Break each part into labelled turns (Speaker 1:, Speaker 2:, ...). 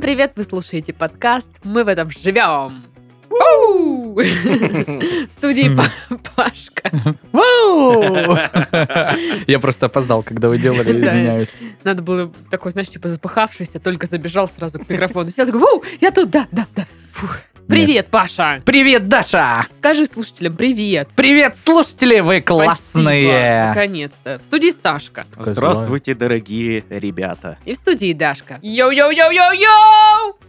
Speaker 1: привет! Вы слушаете подкаст «Мы в этом живем». Вау! В студии Па- Пашка. Вау!
Speaker 2: Я просто опоздал, когда вы делали,
Speaker 1: Да.
Speaker 2: извиняюсь.
Speaker 1: Надо было такой, знаешь, типа запыхавшийся, только забежал сразу к микрофону. Сел такой, вау, я тут, да, да, да. Фух. Привет, Паша!
Speaker 2: Привет, Даша!
Speaker 1: Скажи слушателям привет.
Speaker 2: Привет, слушатели! Вы
Speaker 1: Спасибо,
Speaker 2: классные!
Speaker 1: Наконец-то. В студии Сашка.
Speaker 2: Какая
Speaker 3: Здравствуйте, дорогие ребята.
Speaker 1: И в студии Дашка. Йоу-йоу-йоу-йоу-йоу!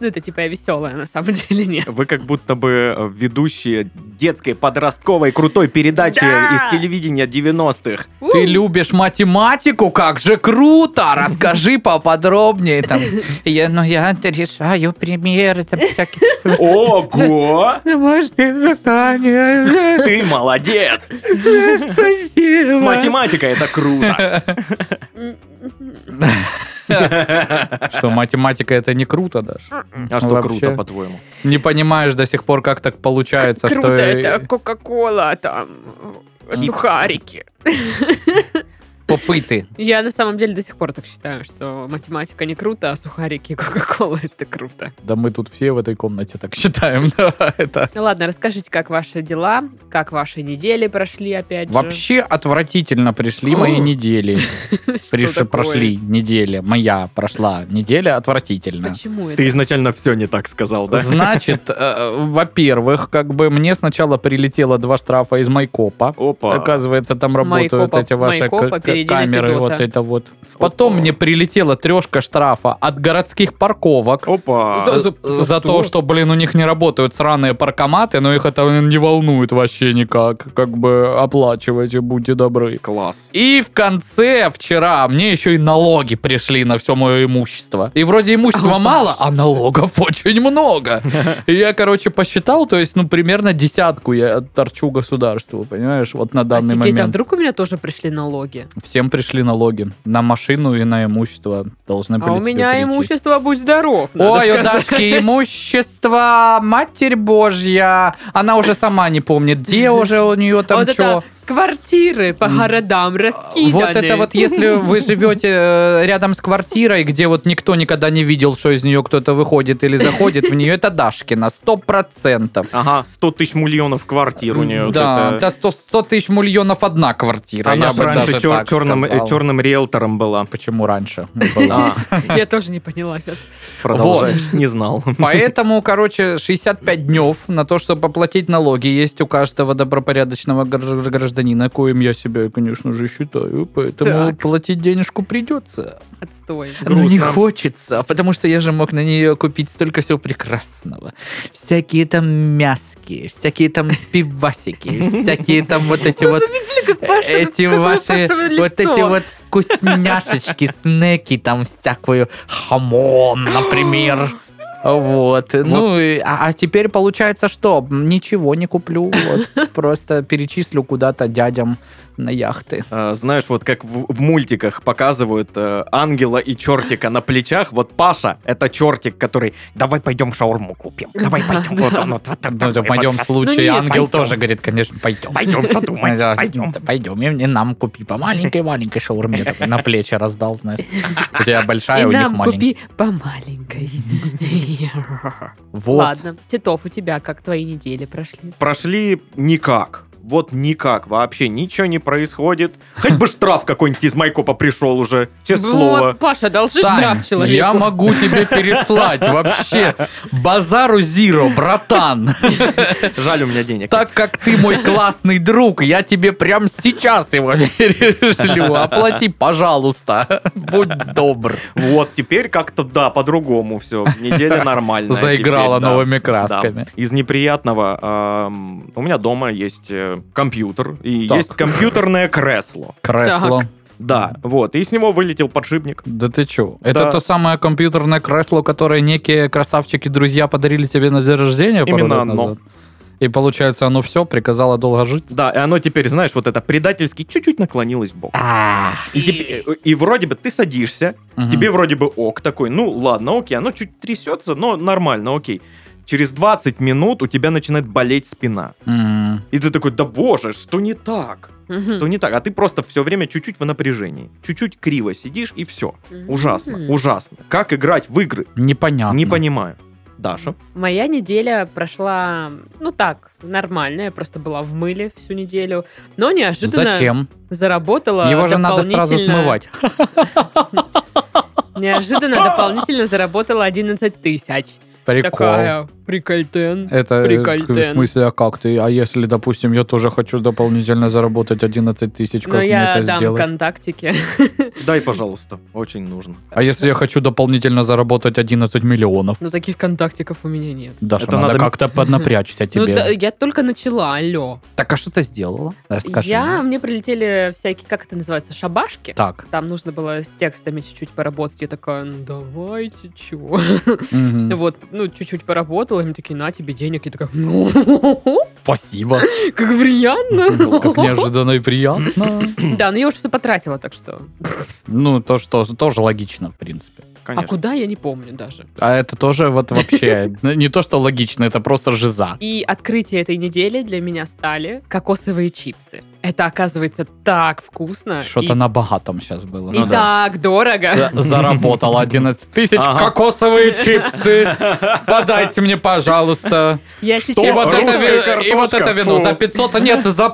Speaker 1: Ну, это типа я веселая, на самом деле, нет.
Speaker 3: Вы как будто бы э, ведущие детской подростковой крутой передачи
Speaker 1: Да!
Speaker 3: из телевидения 90-х.
Speaker 2: Ты любишь математику? Как же круто! Расскажи поподробнее. Там, я, ну, я решаю примеры. Там, всякие.
Speaker 3: Ого!
Speaker 2: Домашнее задание.
Speaker 3: Ты молодец!
Speaker 2: Спасибо.
Speaker 3: Математика это круто.
Speaker 1: М-м-м.
Speaker 3: А
Speaker 2: Что, математика это не круто, Даша? Ну,
Speaker 3: что
Speaker 2: Вообще.
Speaker 3: круто, по-твоему?
Speaker 2: Не понимаешь до сих пор, как так получается, что...
Speaker 1: Круто, это Кока-Кола, там, э,
Speaker 2: Чипсы.
Speaker 1: сухарики.
Speaker 2: Попыты.
Speaker 1: Я на самом деле до сих пор так считаю, что математика не круто, а сухарики и Кока-Кола это круто.
Speaker 2: Да мы тут все в этой комнате так считаем. да, это
Speaker 1: Ну ладно, расскажите, как ваши дела, как ваши недели прошли опять же.
Speaker 2: Вообще отвратительно пришли мои
Speaker 1: О.
Speaker 2: недели.
Speaker 1: Что
Speaker 2: Приш-
Speaker 1: такое?
Speaker 2: Прошли недели. Моя прошла неделя отвратительно.
Speaker 1: Почему это?
Speaker 3: Ты изначально все не так сказал, да?
Speaker 2: Значит, э, во-первых, как бы мне сначала прилетело два штрафа из Майкопа.
Speaker 3: Опа.
Speaker 2: Оказывается, там работают
Speaker 1: Майкопа-
Speaker 2: эти ваши
Speaker 1: Майкопа
Speaker 2: к- к-
Speaker 1: опередили
Speaker 2: камеры,
Speaker 1: Федота.
Speaker 2: вот это вот. Потом
Speaker 3: Опа.
Speaker 2: мне прилетела трешка штрафа от городских парковок.
Speaker 3: Опа.
Speaker 1: А
Speaker 2: Э, За, то, что, блин, у них не работают сраные паркоматы, но их это не волнует вообще никак. Как бы оплачивайте, будьте добры.
Speaker 3: Класс.
Speaker 2: И в конце вчера мне еще и налоги пришли на все мое имущество. И вроде имущества
Speaker 1: Ау.
Speaker 2: мало, а налогов очень много. И я, короче, посчитал, то есть, ну, примерно десятку я торчу государству, понимаешь, вот на данный
Speaker 1: Офигеть, а
Speaker 2: момент.
Speaker 1: вдруг у меня тоже пришли налоги?
Speaker 2: Всем пришли налоги на машину и на имущество должны были
Speaker 1: а у
Speaker 2: тебе
Speaker 1: меня
Speaker 2: прийти.
Speaker 1: имущество, будь здоров, надо
Speaker 2: Ой, у
Speaker 1: сказать.
Speaker 2: Дашки имущество, матерь божья. Она уже сама не помнит, где уже у нее там
Speaker 1: Вот
Speaker 2: что.
Speaker 1: это квартиры по
Speaker 2: М.
Speaker 1: городам раскиданы.
Speaker 2: Вот это вот, если вы живете э, рядом с квартирой, где вот никто никогда не видел, что из нее кто-то выходит или заходит в нее, это Дашкина, сто процентов.
Speaker 3: Ага, 100 тысяч миллионов квартир у нее.
Speaker 2: Да, да, 100, 100 тысяч миллионов одна квартира.
Speaker 3: Она
Speaker 2: я
Speaker 3: же
Speaker 2: бы
Speaker 3: раньше
Speaker 2: даже
Speaker 3: чер-
Speaker 2: так
Speaker 3: черным э,
Speaker 2: сказал.
Speaker 3: черным риэлтором была.
Speaker 2: Почему раньше?
Speaker 3: А,
Speaker 1: Я тоже не поняла сейчас.
Speaker 3: продолжай. Не знал.
Speaker 2: Поэтому, короче, 65 днев на то, чтобы оплатить налоги, есть у каждого добропорядочного гр- гражданина, коим я себя, конечно же, считаю. Поэтому
Speaker 1: Так.
Speaker 2: платить денежку придется.
Speaker 1: Отстой.
Speaker 2: Ну, не
Speaker 3: Грустно.
Speaker 2: хочется, потому что я же мог на нее купить столько всего прекрасного. Всякие там мяски, всякие там пивасики, всякие там вот эти вот...
Speaker 1: видели, как
Speaker 2: Эти ваши, вот эти вот вкусняшечки, снеки, там всякую хамон, например. Вот. Ну, и- а, а теперь получается, что ничего не куплю. вот. просто перечислю куда-то дядям на яхты.
Speaker 3: Э, Знаешь, вот как в, в мультиках показывают э, ангела и чертика на плечах. Вот Паша это чертик, который давай пойдем шаурму купим. Давай
Speaker 1: Да,
Speaker 3: пойдем.
Speaker 1: да.
Speaker 3: Вот он, вот, вот, вот,
Speaker 2: Ну, это
Speaker 3: вот
Speaker 2: в моем
Speaker 3: щас».
Speaker 2: случае
Speaker 1: Ну, нет,
Speaker 2: ангел
Speaker 3: пойдем.
Speaker 2: тоже говорит, конечно, пойдем.
Speaker 3: Пойдем подумать. Пойдем.
Speaker 2: Пойдем, и мне нам купи по маленькой-маленькой шаурме. Такой На плечи раздал, знаешь. У тебя
Speaker 1: И
Speaker 2: большая, у них
Speaker 1: нам
Speaker 2: маленькая.
Speaker 1: купи по маленькой.
Speaker 2: Вот.
Speaker 1: Ладно, Титов, у тебя как твои недели прошли?
Speaker 3: Прошли никак. Вот никак, вообще ничего не происходит. Хоть бы штраф какой-нибудь из Майкопа пришел уже, честное слово.
Speaker 1: Вот, Паша, должны
Speaker 2: Сань,
Speaker 1: штраф человеку.
Speaker 2: я могу тебе переслать вообще базару зиро, братан.
Speaker 3: Жаль, у меня денег.
Speaker 2: Так как ты мой классный друг, я тебе прям сейчас его перешлю. Оплати, пожалуйста. Будь добр.
Speaker 3: Вот теперь как-то да, по-другому все. Неделя нормальная.
Speaker 2: Заиграла
Speaker 3: теперь, да.
Speaker 2: новыми
Speaker 3: Да.
Speaker 2: красками.
Speaker 3: Из неприятного эм, у меня дома есть э, компьютер и
Speaker 2: Так.
Speaker 3: есть компьютерное кресло.
Speaker 2: Кресло.
Speaker 3: Да, вот. И с него вылетел подшипник.
Speaker 2: Да ты чё? Это
Speaker 3: Да.
Speaker 2: то самое компьютерное кресло, которое некие красавчики-друзья подарили тебе на день рождения пару
Speaker 3: Именно
Speaker 2: лет
Speaker 3: оно.
Speaker 2: назад? И получается, оно все приказало долго жить?
Speaker 3: Да, и оно теперь, знаешь, вот это предательски чуть-чуть наклонилось в бок. И, тебе- э, и вроде бы ты садишься,
Speaker 2: Мгм.
Speaker 3: тебе вроде бы ок такой, ну ладно, окей, оно чуть трясется, но нормально, окей. через 20 минут у тебя начинает болеть спина.
Speaker 2: М.
Speaker 3: И ты такой, да боже, что не так?
Speaker 1: Хм.
Speaker 3: Что не так? А ты просто все время чуть-чуть в напряжении. Чуть-чуть криво сидишь и все. Ужасно, ужасно. Как играть в игры?
Speaker 2: Непонятно.
Speaker 3: Не понимаю. Даша?
Speaker 1: Моя неделя прошла, ну так, нормально. Я просто была в мыле всю неделю. Но неожиданно
Speaker 2: Зачем?
Speaker 1: заработала
Speaker 2: Его же надо сразу
Speaker 1: дополнительно-
Speaker 2: смывать.
Speaker 1: Неожиданно дополнительно заработала 11 тысяч.
Speaker 2: Прикол.
Speaker 1: Такая прикольтен.
Speaker 2: Это э,
Speaker 1: прикольтен.
Speaker 2: в смысле, а как ты? А если, допустим, я тоже хочу дополнительно заработать 11 тысяч, как
Speaker 1: Но
Speaker 2: мне
Speaker 1: Ну я
Speaker 2: это
Speaker 1: дам
Speaker 2: сделать?
Speaker 1: контактики.
Speaker 3: Дай, пожалуйста. Очень нужно.
Speaker 2: А если я хочу дополнительно заработать 11 миллионов?
Speaker 1: Но таких контактиков у меня нет.
Speaker 2: Даша,
Speaker 3: Это
Speaker 2: надо,
Speaker 3: надо-
Speaker 2: как-то поднапрячься тебе.
Speaker 1: Ну, да, я только начала, алло.
Speaker 2: Так, а что ты сделала? Расскажи.
Speaker 1: я,
Speaker 2: мне.
Speaker 1: мне прилетели всякие, как это называется, шабашки.
Speaker 2: Так.
Speaker 1: Там нужно было с текстами чуть-чуть поработать. Я такая, ну давайте, чего?
Speaker 2: мгм.
Speaker 1: Вот, ну, чуть-чуть поработала, и мне такие, на тебе денег. Я такая,
Speaker 2: Спасибо. Ну,
Speaker 1: как приятно.
Speaker 2: Как неожиданно и приятно.
Speaker 1: Да, но я уже все потратила, так что.
Speaker 2: Ну, то, что тоже логично, в принципе.
Speaker 1: А
Speaker 3: Конечно.
Speaker 1: куда, я не помню даже.
Speaker 2: А это тоже вот вообще ну, не то, что логично, это просто жиза.
Speaker 1: И открытие этой недели для меня стали кокосовые чипсы. Это, оказывается, так вкусно.
Speaker 2: Что-то
Speaker 1: и-
Speaker 2: на богатом сейчас было.
Speaker 1: И
Speaker 2: Ну да.
Speaker 1: так дорого.
Speaker 2: За- Э, Заработал 11 тысяч.
Speaker 3: Ага.
Speaker 2: Кокосовые чипсы. Подайте мне, пожалуйста.
Speaker 1: Я
Speaker 2: И
Speaker 1: А
Speaker 2: вот,
Speaker 1: сейчас...
Speaker 3: Русская
Speaker 2: это, ви- и
Speaker 3: картошка,
Speaker 2: вот это вино
Speaker 3: фу.
Speaker 2: за 500, нет, за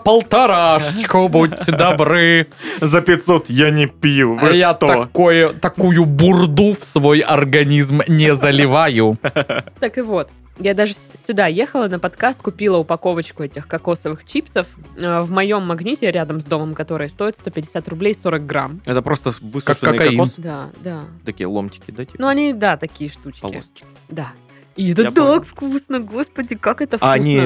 Speaker 2: полторашечку, будьте добры.
Speaker 3: За 500 я не пью.
Speaker 2: А Я такое, такую бурду в свой организм не заливаю.
Speaker 1: Так и вот. Я даже с- сюда ехала на подкаст, купила упаковочку этих кокосовых чипсов э, в моем магните рядом с домом, который стоит 150 рублей 40 грамм.
Speaker 3: Это просто высушенный
Speaker 2: кокаин.
Speaker 3: кокос.
Speaker 1: Да, да.
Speaker 3: Такие ломтики, да, типа?
Speaker 1: Ну, они, да, такие штучки.
Speaker 3: полосочки.
Speaker 1: Да. И это
Speaker 3: Я
Speaker 1: так
Speaker 3: понял.
Speaker 1: вкусно, господи, как это вкусно.
Speaker 3: А они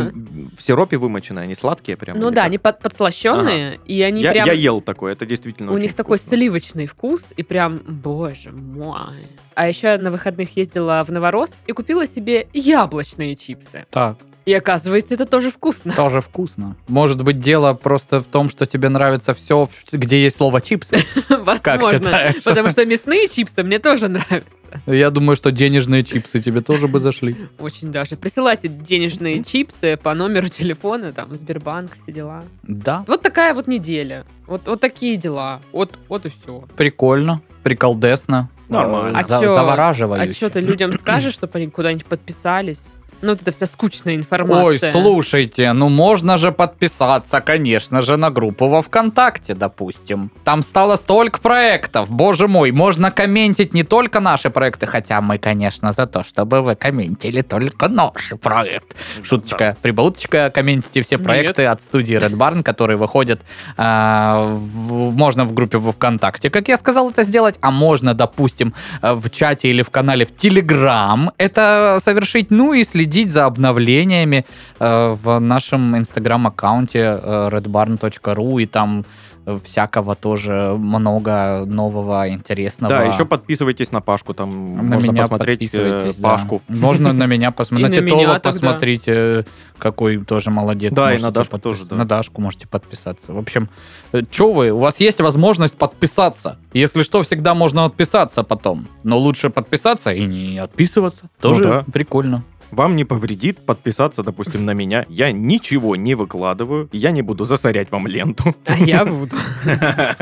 Speaker 3: в сиропе вымочены, они сладкие прям?
Speaker 1: ну
Speaker 3: или
Speaker 1: да,
Speaker 3: как?
Speaker 1: они под, подслащенные, и они
Speaker 3: я,
Speaker 1: прям...
Speaker 3: я ел такое, это действительно
Speaker 1: У
Speaker 3: очень
Speaker 1: них такой
Speaker 3: вкусно.
Speaker 1: сливочный вкус, и прям, боже мой. А еще я на выходных ездила в Новорос и купила себе яблочные чипсы.
Speaker 2: Так,
Speaker 1: И оказывается, это тоже вкусно.
Speaker 2: тоже вкусно. Может быть, дело просто в том, что тебе нравится все, где есть слово чипсы. Как
Speaker 1: Возможно.
Speaker 2: считаешь?
Speaker 1: Потому что мясные чипсы мне тоже нравятся.
Speaker 2: Я думаю, что денежные чипсы тебе тоже бы зашли.
Speaker 1: Очень даже. Присылайте денежные чипсы по номеру телефона, там, Сбербанк, все дела.
Speaker 2: Да,
Speaker 1: Вот такая вот неделя. Вот, вот такие дела. Вот, вот и все.
Speaker 2: прикольно, приколдесно.
Speaker 3: Нормально.
Speaker 1: А
Speaker 2: За-
Speaker 1: чё-
Speaker 2: Завораживающе.
Speaker 1: А что ты людям скажешь, чтобы они куда-нибудь подписались? Ну, вот эта вся скучная
Speaker 2: Ой,
Speaker 1: информация.
Speaker 2: слушайте, ну можно же подписаться, конечно же, на группу во ВКонтакте, допустим. Там стало столько проектов, боже мой, можно комментить не только наши проекты, хотя мы, конечно, за то, чтобы вы комментили только наш проект. Шуточка, прибауточка, комментите все
Speaker 1: Нет.
Speaker 2: проекты от студии Red Barn, которые выходят, а, в- можно в группе во ВКонтакте, как я сказал, это сделать, а можно, допустим, э, в чате или в канале в Телеграм это совершить, ну и следить за обновлениями э, в нашем инстаграм-аккаунте э, redbarn.ru, и там э, всякого тоже много нового, интересного.
Speaker 3: Да, еще подписывайтесь на Пашку, там
Speaker 2: На
Speaker 3: можно
Speaker 2: меня
Speaker 3: посмотреть э,
Speaker 2: подписывайтесь, да.
Speaker 3: Пашку.
Speaker 2: Можно на меня посмотреть.
Speaker 1: И
Speaker 2: На
Speaker 1: на меня
Speaker 2: Титова
Speaker 1: тогда.
Speaker 2: посмотрите, какой тоже молодец.
Speaker 3: Да, и
Speaker 2: Можете
Speaker 3: на Дашку
Speaker 2: подписаться.
Speaker 3: тоже, да.
Speaker 2: На Дашку можете подписаться. В общем, что вы, у вас есть возможность подписаться. Если что, всегда можно отписаться потом. Но лучше подписаться и не отписываться. Тоже
Speaker 3: Ну да.
Speaker 2: прикольно.
Speaker 3: Вам не повредит подписаться, допустим, на меня. Я ничего не выкладываю, я не буду засорять вам ленту.
Speaker 1: А я буду.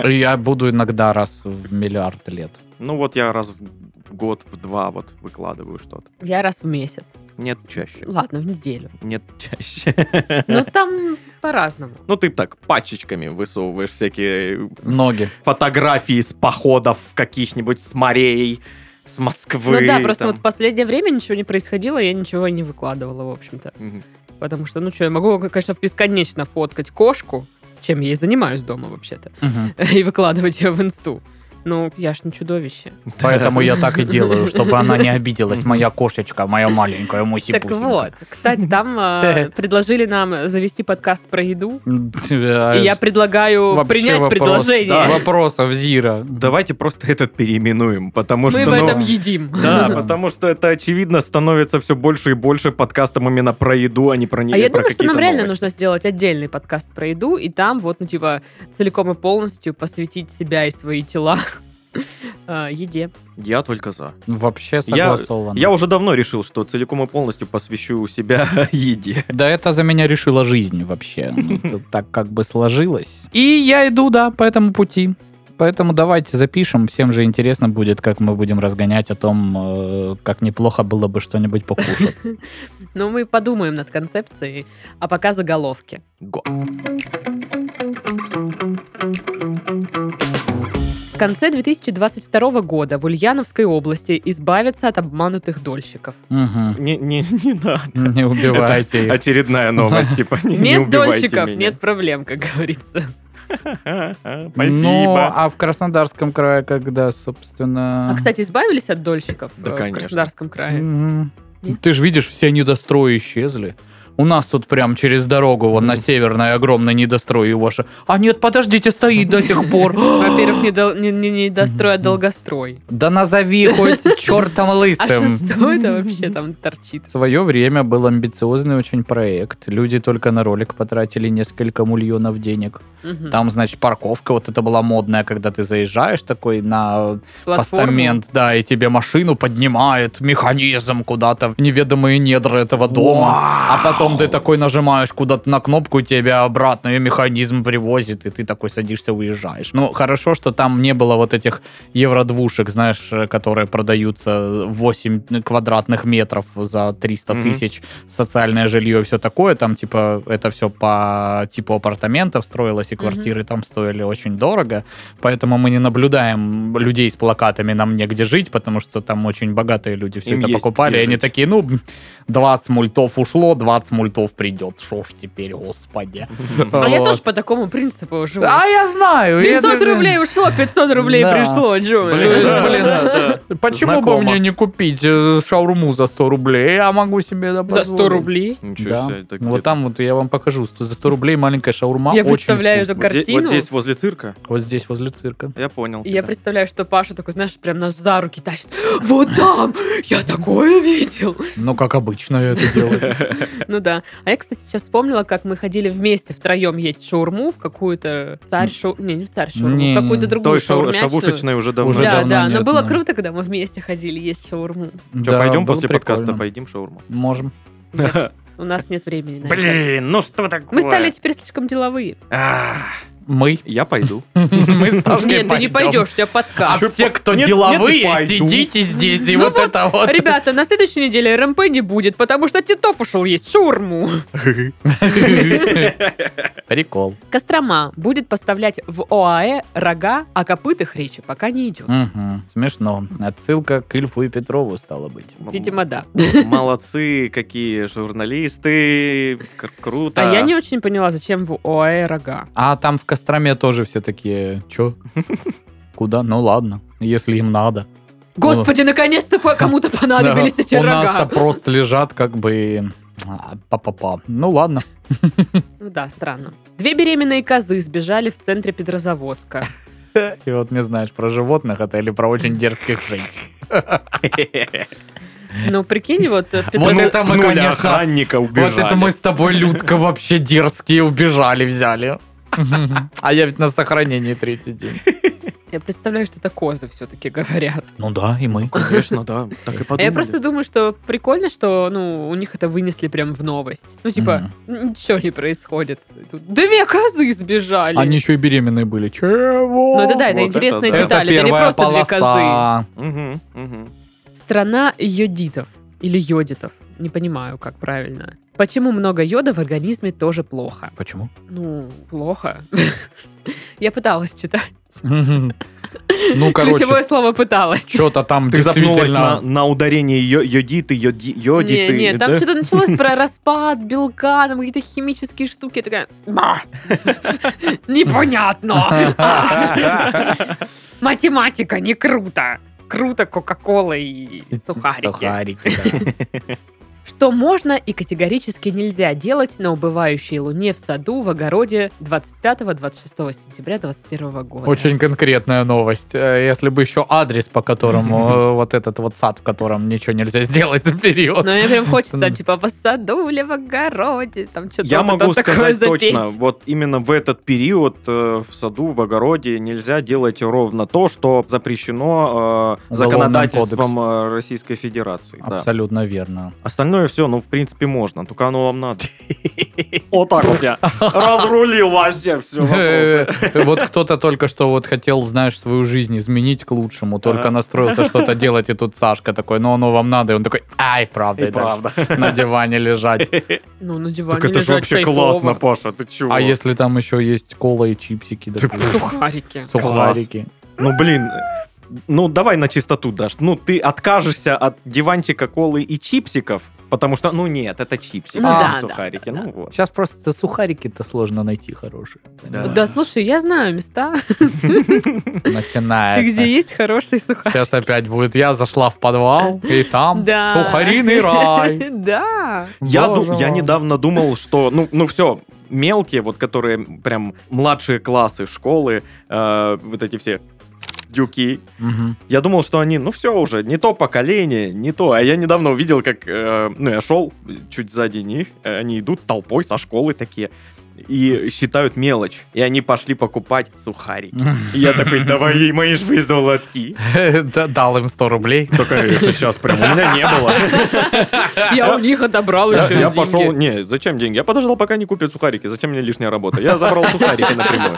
Speaker 2: Я буду иногда раз в миллиард лет.
Speaker 3: Ну вот я раз в год, в два вот выкладываю что-то.
Speaker 1: Я раз в месяц.
Speaker 3: Нет чаще.
Speaker 1: Ладно, в неделю.
Speaker 3: Нет чаще.
Speaker 1: Но там по-разному.
Speaker 3: Ну ты так пачечками высовываешь всякие
Speaker 2: Ноги.
Speaker 3: фотографии с походов каких-нибудь, с морей, с Москвы.
Speaker 1: Ну да, просто
Speaker 3: там.
Speaker 1: вот в последнее время ничего не происходило, я ничего и не выкладывала, в общем-то.
Speaker 3: Мгм.
Speaker 1: Потому что, ну что, я могу, конечно, бесконечно фоткать кошку, чем я и занимаюсь дома вообще-то,
Speaker 2: Мгм.
Speaker 1: и выкладывать ее в инсту. Ну, я ж не чудовище.
Speaker 2: Поэтому я так и делаю, чтобы она не обиделась, моя кошечка, моя маленькая
Speaker 1: Так
Speaker 2: мусипусенька.
Speaker 1: вот, кстати, там э, предложили нам завести подкаст про еду.
Speaker 3: А
Speaker 2: э,
Speaker 1: И я предлагаю
Speaker 2: Вообще
Speaker 1: принять
Speaker 2: вопрос, да,
Speaker 1: предложение.
Speaker 2: вопросов, Зира.
Speaker 3: Давайте просто этот переименуем,
Speaker 1: Мы
Speaker 3: потому
Speaker 1: в
Speaker 3: что... ну,
Speaker 1: этом едим.
Speaker 3: Да, потому что это, очевидно, становится все больше и больше подкастом именно про еду, а не про не
Speaker 1: А я
Speaker 3: про
Speaker 1: думаю, что нам
Speaker 3: какие-то
Speaker 1: реально
Speaker 3: новости.
Speaker 1: нужно сделать отдельный подкаст про еду, и там вот, ну, типа, целиком и полностью посвятить себя и свои тела э, еде.
Speaker 3: Я только за.
Speaker 2: Вообще
Speaker 3: Я-
Speaker 2: согласовано.
Speaker 3: Я уже давно решил, что целиком и полностью посвящу себя еде.
Speaker 2: Да это за меня решила жизнь вообще. Ну, это Так как бы сложилось. И я иду, да, по этому пути. Поэтому давайте запишем. Всем же интересно будет, как мы будем разгонять о том, э, как неплохо было бы что-нибудь покушать.
Speaker 1: Но мы подумаем над концепцией, а пока заголовки.
Speaker 3: Го.
Speaker 1: В конце 2022 года в Ульяновской области избавятся от обманутых дольщиков.
Speaker 2: Мгм.
Speaker 3: Не, не, не надо.
Speaker 2: Не убивайте их.
Speaker 3: Очередная новость, типа, не, не
Speaker 1: нет
Speaker 3: убивайте
Speaker 1: дольщиков,
Speaker 3: меня.
Speaker 1: нет проблем, как говорится.
Speaker 2: Ну,
Speaker 3: Спасибо.
Speaker 2: а в Краснодарском крае, когда, собственно...
Speaker 1: А, кстати, избавились от дольщиков
Speaker 3: Да,
Speaker 1: э, в
Speaker 3: конечно.
Speaker 1: Краснодарском крае?
Speaker 2: Мгм.
Speaker 1: Нет?
Speaker 2: Ты же видишь, все недострои исчезли. У нас тут прям через дорогу, вон на
Speaker 3: Мгм.
Speaker 2: северной огромный недострой и ваша. А нет, подождите, стоит до сих пор.
Speaker 1: Во-первых, не, дол- не, не- не дострой, а
Speaker 2: Мгм.
Speaker 1: долгострой.
Speaker 2: Да назови хоть чертом
Speaker 1: А что,
Speaker 2: лысым.
Speaker 1: что это вообще там торчит?
Speaker 2: В свое время был амбициозный очень проект. Люди только на ролик потратили несколько миллионов денег.
Speaker 1: Мгм.
Speaker 2: Там, значит, парковка вот это была модная, когда ты заезжаешь такой на
Speaker 1: Платформу.
Speaker 2: постамент, да, и тебе машину поднимает механизм куда-то в неведомые недра этого дома. А потом ты такой нажимаешь куда-то на кнопку, тебя обратно и механизм привозит, и ты такой садишься, уезжаешь. Ну, хорошо, что там не было вот этих евродвушек, знаешь, э, которые продаются 8 квадратных метров за 300
Speaker 3: Мгм.
Speaker 2: тысяч, социальное жилье и все такое. Там, типа, это все по типу апартаментов строилось, и
Speaker 1: Мгм.
Speaker 2: квартиры там стоили очень дорого. Поэтому мы не наблюдаем людей с плакатами «Нам негде жить», потому что там очень богатые люди все
Speaker 3: Им
Speaker 2: это
Speaker 3: есть
Speaker 2: покупали.
Speaker 3: где
Speaker 2: И они
Speaker 3: жить.
Speaker 2: такие, ну, 20 мультов ушло, 20 мультов придет. Шо ж теперь, господи.
Speaker 1: А я
Speaker 2: Вот.
Speaker 1: тоже по такому принципу живу.
Speaker 2: А я знаю. я
Speaker 1: 500
Speaker 2: даже-
Speaker 1: Ну, рублей ушло, 500 рублей
Speaker 2: Да.
Speaker 1: пришло. чё вы?
Speaker 2: То есть,
Speaker 3: Да,
Speaker 2: блин,
Speaker 3: да,
Speaker 2: почему
Speaker 3: Знакомо.
Speaker 2: бы мне не купить э, шаурму за 100 рублей? Я могу себе это
Speaker 1: За 100
Speaker 2: позволить.
Speaker 1: рублей?
Speaker 3: Ничего
Speaker 2: Да. Ну,
Speaker 3: себе. это где-то.
Speaker 2: Вот там вот я вам покажу. Сто- За 100 рублей маленькая шаурма.
Speaker 1: Я
Speaker 2: очень
Speaker 1: представляю эту
Speaker 2: вкусно.
Speaker 3: Вот здесь-
Speaker 1: картину.
Speaker 3: Вот здесь, возле цирка.
Speaker 2: Вот здесь, возле цирка.
Speaker 3: Я понял.
Speaker 1: Я
Speaker 3: тебя.
Speaker 1: представляю, что Паша такой, знаешь, прям нас за руки тащит. Вот там! Я такое видел!
Speaker 2: Ну, как обычно я это делаю.
Speaker 1: Ну да. А я, кстати, сейчас вспомнила, как мы ходили вместе втроем есть шаурму в какую-то царь шау... Не, не в царь шаурму,
Speaker 2: Не,
Speaker 1: в какую-то
Speaker 2: не,
Speaker 1: другую
Speaker 3: Той шау-
Speaker 1: шаурмячную.
Speaker 3: шавушечной уже давно.
Speaker 2: Уже
Speaker 1: да,
Speaker 2: давно
Speaker 1: да, но
Speaker 2: нет,
Speaker 1: было
Speaker 2: да.
Speaker 1: круто, когда мы вместе ходили есть шаурму.
Speaker 3: Чё,
Speaker 2: Да,
Speaker 3: пойдем
Speaker 2: было
Speaker 3: после подкаста
Speaker 2: прикольно.
Speaker 3: поедим шаурму?
Speaker 2: Можем.
Speaker 1: Нет, у нас нет времени на это.
Speaker 3: Блин, ну что такое?
Speaker 1: Мы стали теперь слишком деловые.
Speaker 3: А,
Speaker 2: Мы.
Speaker 3: Я пойду.
Speaker 2: Мы с Сашкой
Speaker 1: Нет, ты не пойдешь, у тебя
Speaker 2: А
Speaker 1: подкаст.
Speaker 3: Чё,
Speaker 2: все,
Speaker 3: по-
Speaker 2: кто
Speaker 3: Нет, нет,
Speaker 2: деловые,
Speaker 3: не пойду.
Speaker 2: сидите здесь, и
Speaker 1: Ну
Speaker 2: вот
Speaker 1: вот,
Speaker 2: это вот.
Speaker 1: Ребята, на следующей неделе РМП не будет, потому что Титов ушел есть шаурму.
Speaker 2: Прикол.
Speaker 1: Кострома будет поставлять в ОАЭ рога, а копыт их речи пока не идет.
Speaker 2: Мгм. Смешно. Отсылка к Ильфу и Петрову стала быть.
Speaker 1: Видимо, да.
Speaker 3: Молодцы, какие журналисты. к- Круто.
Speaker 1: А я не очень поняла, зачем в ОАЭ рога.
Speaker 2: А там в Костроме тоже все такие, чё? Куда? Ну ладно, если им надо.
Speaker 1: Господи, наконец-то по- кому-то понадобились
Speaker 2: Да,
Speaker 1: эти
Speaker 2: У нас-то
Speaker 1: рога.
Speaker 2: просто лежат как бы... а, Па-па-па. Ну ладно.
Speaker 1: Ну да, странно. Две беременные козы сбежали в центре Петрозаводска.
Speaker 2: И вот не знаешь, про животных это или про очень дерзких женщин.
Speaker 1: Ну, прикинь, вот э, в
Speaker 2: Вот
Speaker 1: Петрозаводске...
Speaker 2: это мы,
Speaker 3: Пнули
Speaker 2: конечно,
Speaker 3: охранника убежали.
Speaker 2: Вот это мы с тобой, Людка, вообще дерзкие убежали, взяли. А я ведь на сохранении третий день.
Speaker 1: Я представляю, что это козы все-таки говорят.
Speaker 2: Ну да, и мы.
Speaker 3: Конечно, да. Так и
Speaker 1: А
Speaker 3: подумали.
Speaker 1: я просто думаю, что прикольно, что ну у них это вынесли прям в новость. Ну, типа, ничего не происходит. Тут две козы сбежали.
Speaker 2: Они еще и беременные были. Чего?
Speaker 1: Ну, это да, это
Speaker 3: Вот это
Speaker 1: интересная
Speaker 3: да.
Speaker 1: деталь. Это не просто две козы.
Speaker 3: Мгм, мгм.
Speaker 1: Страна йодитов или йодитов. Не понимаю, как правильно. Почему много йода в организме тоже плохо?
Speaker 2: Почему?
Speaker 1: Ну, плохо. Я пыталась читать.
Speaker 2: Ну,
Speaker 1: Ключевое
Speaker 2: короче,
Speaker 1: слово пыталась.
Speaker 2: что-то там
Speaker 3: Ты запнулась на,
Speaker 2: действительно...
Speaker 3: на ударении йо- йодиты, йоди,
Speaker 1: Не,
Speaker 3: йодиты.
Speaker 1: не, там
Speaker 3: да?
Speaker 1: что-то началось про распад белка, там какие-то химические штуки. Я такая, «Ба!» непонятно. А! Математика не круто. Круто Кока-Кола и сухарики.
Speaker 2: Сухарики, да.
Speaker 1: Что можно и категорически нельзя делать на убывающей луне в саду в огороде 25-26 сентября 2021 года.
Speaker 2: Очень конкретная новость. Э, Если бы еще адрес, по которому э, вот этот вот сад, в котором ничего нельзя сделать за период.
Speaker 1: Но мне Ну, прям хочется там, типа, в саду или в огороде, там что-то
Speaker 3: Я
Speaker 1: вот это
Speaker 3: могу
Speaker 1: вот такое
Speaker 3: сказать
Speaker 1: запеть.
Speaker 3: точно, вот именно в этот период э, в саду, в огороде нельзя делать ровно то, что запрещено э,
Speaker 2: Уголовным
Speaker 3: законодательством э, Российской Федерации. да.
Speaker 2: Абсолютно верно.
Speaker 3: Остальное все, ну, в принципе, можно, только оно вам надо. Вот так вот я разрулил вообще все
Speaker 2: Э, Вот кто-то только что вот хотел, знаешь, свою жизнь изменить к лучшему, только
Speaker 3: Ага.
Speaker 2: настроился что-то делать, и тут Сашка такой, ну оно вам надо, и он такой, ай, правда, и дальше на диване лежать.
Speaker 1: Ну, на диване
Speaker 3: Так это
Speaker 1: лежать
Speaker 3: же вообще
Speaker 1: кайфово.
Speaker 3: классно, Паша, ты чего?
Speaker 2: А если там еще есть кола и чипсики, допустим,
Speaker 1: Сухарики.
Speaker 2: сухарики?
Speaker 3: Ну, блин, ну, давай на чистоту, Даш. Ну, ты откажешься от диванчика, колы и чипсиков, потому что, ну, нет, это чипсики,
Speaker 1: Ну
Speaker 3: а не
Speaker 1: да, да,
Speaker 3: сухарики.
Speaker 1: да,
Speaker 3: ну,
Speaker 1: да.
Speaker 3: вот.
Speaker 2: Сейчас просто сухарики-то сложно найти хорошие.
Speaker 3: Да.
Speaker 1: Да, слушай, я знаю места, где
Speaker 2: Начинается.
Speaker 1: есть хорошие сухарики.
Speaker 2: Сейчас опять будет. Я зашла в подвал, и там
Speaker 1: Да.
Speaker 2: сухариный рай.
Speaker 1: Да.
Speaker 3: Я,
Speaker 2: Боже
Speaker 3: ду- я
Speaker 2: мой.
Speaker 3: недавно думал, что, ну, ну все, мелкие, вот которые прям младшие классы школы, э, вот эти все дюки,
Speaker 2: Мгм.
Speaker 3: Я думал, что они, ну все уже, не то поколение, не то. А я недавно увидел, как, э, ну я шел чуть сзади них, э, они идут толпой со школы такие и считают мелочь. И они пошли покупать сухарики. И я такой, давай ей мои ж вы золотки.
Speaker 2: Да, Дал им 100 рублей.
Speaker 3: Только это сейчас прям у меня не было.
Speaker 1: Я у них отобрал
Speaker 3: Я,
Speaker 1: еще
Speaker 3: я пошел, не, зачем деньги? Я подождал, пока не купят сухарики. Зачем мне лишняя работа? Я забрал сухарики напрямую.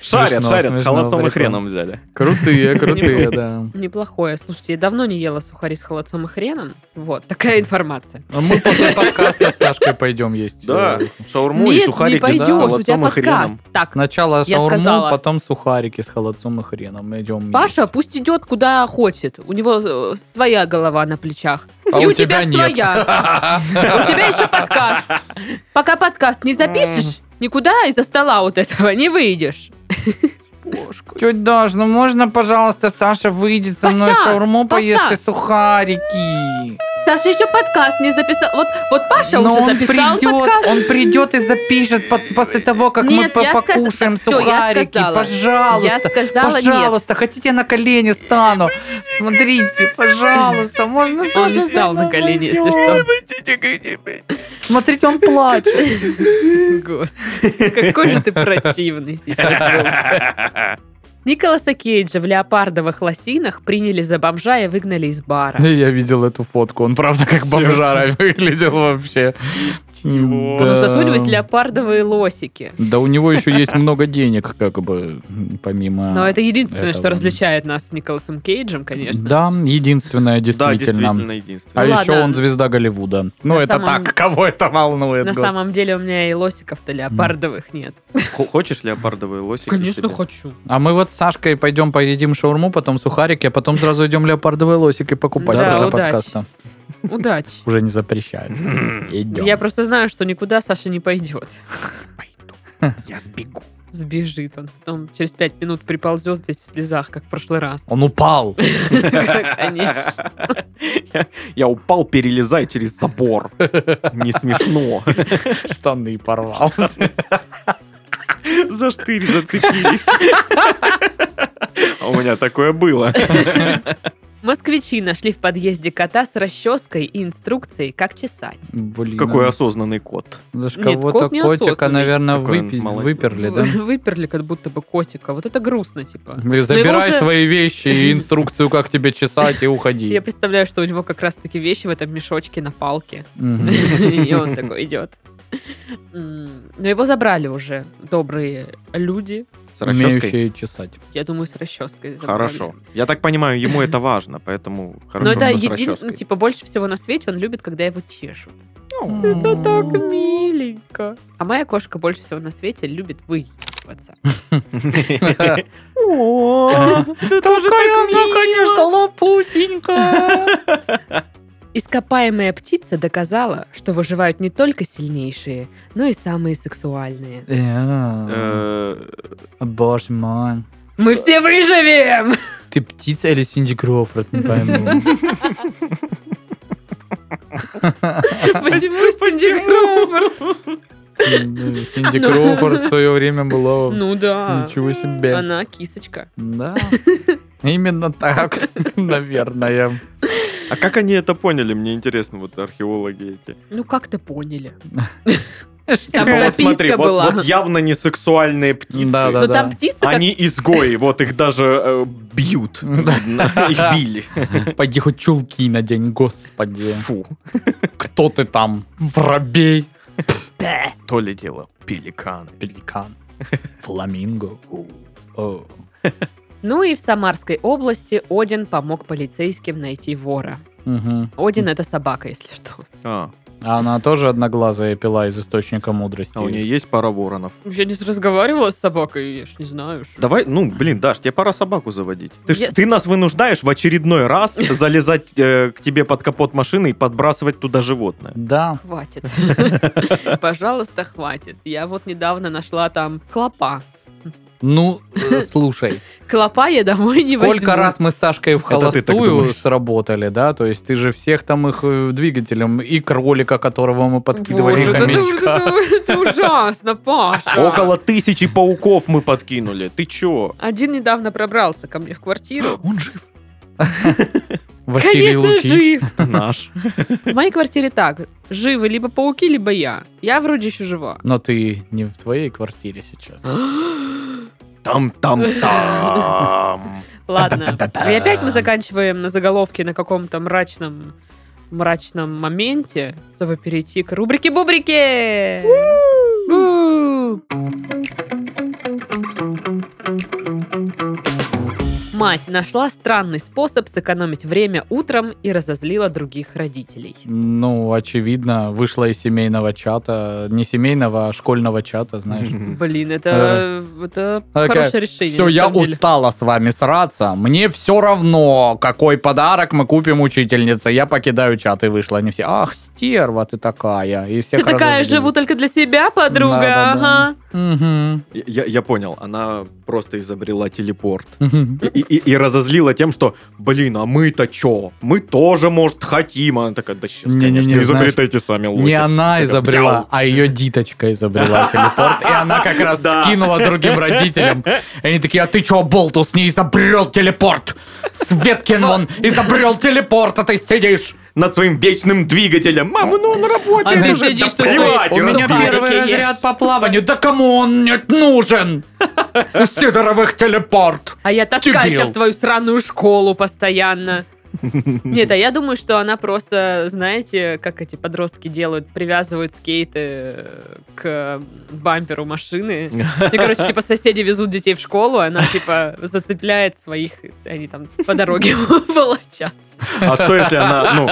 Speaker 3: Шарят,
Speaker 2: Смешно,
Speaker 3: шарят, с
Speaker 2: смешно,
Speaker 3: холодцом и
Speaker 2: прикольно.
Speaker 3: хреном взяли.
Speaker 2: Крутые, крутые, да.
Speaker 1: Неплохое. Слушайте, я давно не ела сухари с холодцом и хреном. Вот, такая информация.
Speaker 2: А Мы после подкаста с Сашкой пойдем есть.
Speaker 3: Да,
Speaker 2: э,
Speaker 3: шаурму и
Speaker 1: Нет, не
Speaker 3: сухарики с
Speaker 1: пойдешь, у тебя
Speaker 3: холодцом и
Speaker 1: подкаст.
Speaker 3: хреном.
Speaker 1: Так,
Speaker 2: Сначала
Speaker 1: я
Speaker 2: шаурму,
Speaker 1: сказала.
Speaker 2: потом сухарики с холодцом и хреном. Мы идем.
Speaker 1: Паша
Speaker 2: есть.
Speaker 1: пусть идет куда хочет. У него э, своя голова на плечах.
Speaker 2: А
Speaker 1: И
Speaker 2: у
Speaker 1: у тебя
Speaker 2: тебя нет.
Speaker 1: своя. У тебя еще подкаст. Пока подкаст не запишешь, никуда из-за стола вот этого не выйдешь.
Speaker 2: Тетя Даш, ну можно, пожалуйста, Саша выйдет со мной
Speaker 1: Паша,
Speaker 2: шаурму
Speaker 1: Паша.
Speaker 2: поесть и сухарики?
Speaker 1: Саша еще подкаст не записал. Вот, вот Паша
Speaker 3: Ну,
Speaker 2: Но
Speaker 1: уже
Speaker 2: он
Speaker 1: записал
Speaker 2: придет,
Speaker 1: подкаст.
Speaker 2: он придет и запишет пот- после того, как
Speaker 1: Нет,
Speaker 2: мы по-
Speaker 1: я сказ-
Speaker 2: покушаем
Speaker 1: так, всё, я
Speaker 2: сухарики.
Speaker 1: сказала. Я
Speaker 2: Пожалуйста,
Speaker 1: сказала нет.
Speaker 2: пожалуйста, хотите я на колени стану? Смотрите, пожалуйста, можно
Speaker 1: Он
Speaker 2: Саша
Speaker 1: не
Speaker 2: со
Speaker 1: стал на
Speaker 2: мной
Speaker 1: колени, если
Speaker 2: пойдет?
Speaker 1: что.
Speaker 2: Смотрите, он плачет.
Speaker 1: Господи, какой же ты противный сейчас был. Николаса Кейджа в леопардовых лосинах приняли за бомжа и выгнали из бара.
Speaker 2: Ну, Я видел эту фотку. Он правда как бомжара выглядел вообще.
Speaker 3: Чего?
Speaker 2: Да.
Speaker 1: Но Ну, зато у него есть леопардовые лосики.
Speaker 2: Да у него еще есть много денег, как бы, м, помимо...
Speaker 1: Но это единственное,
Speaker 2: А, это
Speaker 1: что
Speaker 2: он.
Speaker 1: различает нас с Николасом Кейджем, конечно.
Speaker 2: Да, единственное,
Speaker 3: Да,
Speaker 2: действительно.
Speaker 3: действительно,
Speaker 2: А
Speaker 3: единственное.
Speaker 1: Ну
Speaker 2: еще
Speaker 1: ладно.
Speaker 2: он звезда Голливуда. Ну,
Speaker 1: На
Speaker 2: это
Speaker 1: самом-
Speaker 2: так, кого это волнует.
Speaker 1: На
Speaker 2: господи.
Speaker 1: самом деле у меня и лосиков-то леопардовых нет.
Speaker 3: Хо- Хочешь леопардовые лосики?
Speaker 1: Конечно,
Speaker 3: себе?
Speaker 1: хочу.
Speaker 2: А мы вот с Сашкой пойдем поедим шаурму, потом сухарики, а потом сразу идем леопардовые лосики покупать
Speaker 1: Да,
Speaker 2: после
Speaker 1: удачи.
Speaker 2: подкаста.
Speaker 1: Удачи.
Speaker 2: Уже не запрещают. Идем.
Speaker 1: Я просто знаю, что никуда Саша не пойдет.
Speaker 3: Я сбегу.
Speaker 1: Сбежит он. Потом через пять минут приползет весь в слезах, как в прошлый раз.
Speaker 2: Он упал.
Speaker 1: Как они.
Speaker 3: Я- Я упал, перелезай через забор. Не смешно.
Speaker 2: Штаны порвался.
Speaker 3: За штырь зацепились. А У меня такое было.
Speaker 1: Москвичи нашли в подъезде кота с расческой и инструкцией, как чесать.
Speaker 2: Блин. ну,
Speaker 3: Какой осознанный кот.
Speaker 2: За ж
Speaker 1: Нет,
Speaker 2: кого-то
Speaker 1: кот не
Speaker 2: котика,
Speaker 1: осознанный.
Speaker 2: наверное,
Speaker 3: Какой он
Speaker 2: выпи-
Speaker 3: молодец.
Speaker 2: выперли, да?
Speaker 1: Вы- Выперли как будто бы котика. Вот это грустно, типа.
Speaker 2: Ты Забирай
Speaker 1: уже-
Speaker 2: свои вещи и инструкцию, как тебе чесать, и
Speaker 1: Я
Speaker 2: уходи.
Speaker 1: представляю, что у него как раз-таки вещи в этом мешочке на палке.
Speaker 2: Мгм.
Speaker 1: И он такой идет. М, Но его забрали уже добрые люди.
Speaker 3: С расческой?
Speaker 2: Умеющие чесать.
Speaker 1: Я думаю, с расческой забрали.
Speaker 3: Хорошо. Я так понимаю, ему это важно, поэтому
Speaker 1: Но
Speaker 3: хорошо,
Speaker 1: это
Speaker 3: что с
Speaker 1: един... ну,
Speaker 3: расческой.
Speaker 1: типа больше всего на свете он любит, когда его чешут.
Speaker 3: Ну,
Speaker 2: Это так
Speaker 1: Ну, миленько. А моя кошка больше всего на свете любит выебываться. ну, типа.
Speaker 3: О, ты тоже так мило.
Speaker 2: лопусенькая.
Speaker 1: Ископаемая птица доказала, что выживают не только сильнейшие, но и самые сексуальные.
Speaker 2: Э,
Speaker 3: Э,
Speaker 2: Боже мой.
Speaker 1: Мы все выживем!
Speaker 2: Ты птица или Синди Кроуфорд, не пойму.
Speaker 1: Почему Синди Кроуфорд?
Speaker 2: Ну, Синди Кроуфорд в свое время была...
Speaker 1: Ну да.
Speaker 2: Ничего себе.
Speaker 1: Она кисочка.
Speaker 2: Да. Именно так, наверное.
Speaker 3: А как они это поняли, мне интересно, вот археологи эти.
Speaker 1: Ну как-то поняли. Там
Speaker 3: Ну, вот смотри,
Speaker 1: записка
Speaker 3: вот-
Speaker 1: была. Ну,
Speaker 3: вот явно не сексуальные птицы.
Speaker 2: Да, да.
Speaker 1: Но там птица как...
Speaker 3: Они изгои, вот их даже э, бьют. Их били.
Speaker 2: Пойди хоть чулки надень, господи.
Speaker 3: Фу,
Speaker 2: Кто ты там? Воробей.
Speaker 3: то ли дело пеликаны.
Speaker 2: Пеликан. Фламинго. О.
Speaker 1: Ну и в Самарской области Один помог полицейским найти вора.
Speaker 2: Мгм.
Speaker 1: Один это собака, если что.
Speaker 3: А,
Speaker 2: А она тоже одноглазая пила из источника мудрости.
Speaker 3: а у нее есть пара воронов.
Speaker 1: Я не разговаривала с собакой, я ж не знаю. что-
Speaker 3: Давай, ну, блин, Даш, тебе пора собаку заводить. Ты, ж-
Speaker 1: Yes.
Speaker 3: ты нас вынуждаешь в очередной раз залезать э, к тебе под капот машины и подбрасывать туда животное.
Speaker 2: Да.
Speaker 1: Хватит. Пожалуйста, хватит. Я вот недавно нашла там клопа.
Speaker 2: Ну, э, слушай,
Speaker 1: Клопа я домой не возьму.
Speaker 2: сколько раз мы с Сашкой в
Speaker 3: Это ты так
Speaker 2: холостую
Speaker 3: думаешь.
Speaker 2: сработали, да? То есть ты же всех там их э, двигателем и кролика, которого мы подкидывали, и
Speaker 1: Боже, да ты-
Speaker 2: хомячка.
Speaker 1: это, это ужасно, Паша.
Speaker 3: Около тысячи пауков мы подкинули. Ты чё?
Speaker 1: Один недавно пробрался ко мне в квартиру.
Speaker 2: Он жив. Василий
Speaker 1: Конечно,
Speaker 2: Лукич.
Speaker 1: жив.
Speaker 3: Наш.
Speaker 1: В моей квартире так. Живы либо пауки, либо я. Я вроде еще жива.
Speaker 2: Но ты не в твоей квартире сейчас.
Speaker 3: Там-там-там.
Speaker 1: Ладно.
Speaker 2: Та-та-та-та.
Speaker 1: И опять мы заканчиваем на заголовке на каком-то мрачном мрачном моменте, чтобы перейти к рубрике «Бубрики». Бу! Мать нашла странный способ сэкономить время утром и разозлила других родителей.
Speaker 2: Ну, очевидно, вышла из семейного чата. Не семейного, а школьного чата, знаешь.
Speaker 1: Блин, это, это
Speaker 2: Такая,
Speaker 1: хорошее решение.
Speaker 2: Все,
Speaker 1: на
Speaker 2: я
Speaker 1: самом деле.
Speaker 2: устала с вами сраться. Мне все равно, какой подарок мы купим учительнице. Я покидаю чат и вышла. Они все, ах, стерва ты такая. И
Speaker 1: Ты
Speaker 2: всех
Speaker 1: такая
Speaker 2: разозлили.
Speaker 1: живу только для себя, подруга. ага.
Speaker 2: Да-да-да. Мгм.
Speaker 3: Я- Я я понял, она просто изобрела телепорт.
Speaker 2: Мгм.
Speaker 3: И, и- и разозлила тем, что, блин, а мы-то чё? Мы тоже, может, хотим. Она такая, да сейчас,
Speaker 2: Не-не-не,
Speaker 3: конечно,
Speaker 2: знаешь,
Speaker 3: изобретайте сами лохи.
Speaker 2: Не она
Speaker 3: Такая,
Speaker 2: изобрела,
Speaker 3: «Псяу».
Speaker 2: а ее диточка изобрела телепорт. И она как раз
Speaker 3: Да.
Speaker 2: скинула другим родителям. И Они такие, а ты чего, болтус, не изобрел телепорт? Светкин он изобрел телепорт, а ты сидишь.
Speaker 3: Над своим вечным двигателем. Мама, ну он
Speaker 1: А
Speaker 3: работает
Speaker 1: ты
Speaker 3: уже.
Speaker 1: сидишь,
Speaker 3: Да
Speaker 1: что
Speaker 3: плевать,
Speaker 1: ты-
Speaker 2: У
Speaker 1: у
Speaker 3: разбей.
Speaker 2: меня
Speaker 1: разборки
Speaker 2: первый
Speaker 1: есть.
Speaker 2: разряд по плаванию. Да кому он не нужен? У Сидоровых телепорт.
Speaker 1: А я таскаюсь
Speaker 2: Дебил.
Speaker 1: в твою сраную школу постоянно. Нет, а я думаю, что она просто, знаете, как эти подростки делают, привязывают скейты э, к бамперу машины. И, короче, типа соседи везут детей в школу, а она, типа, зацепляет своих, и они там по дороге волочатся.
Speaker 3: А что, если она, ну,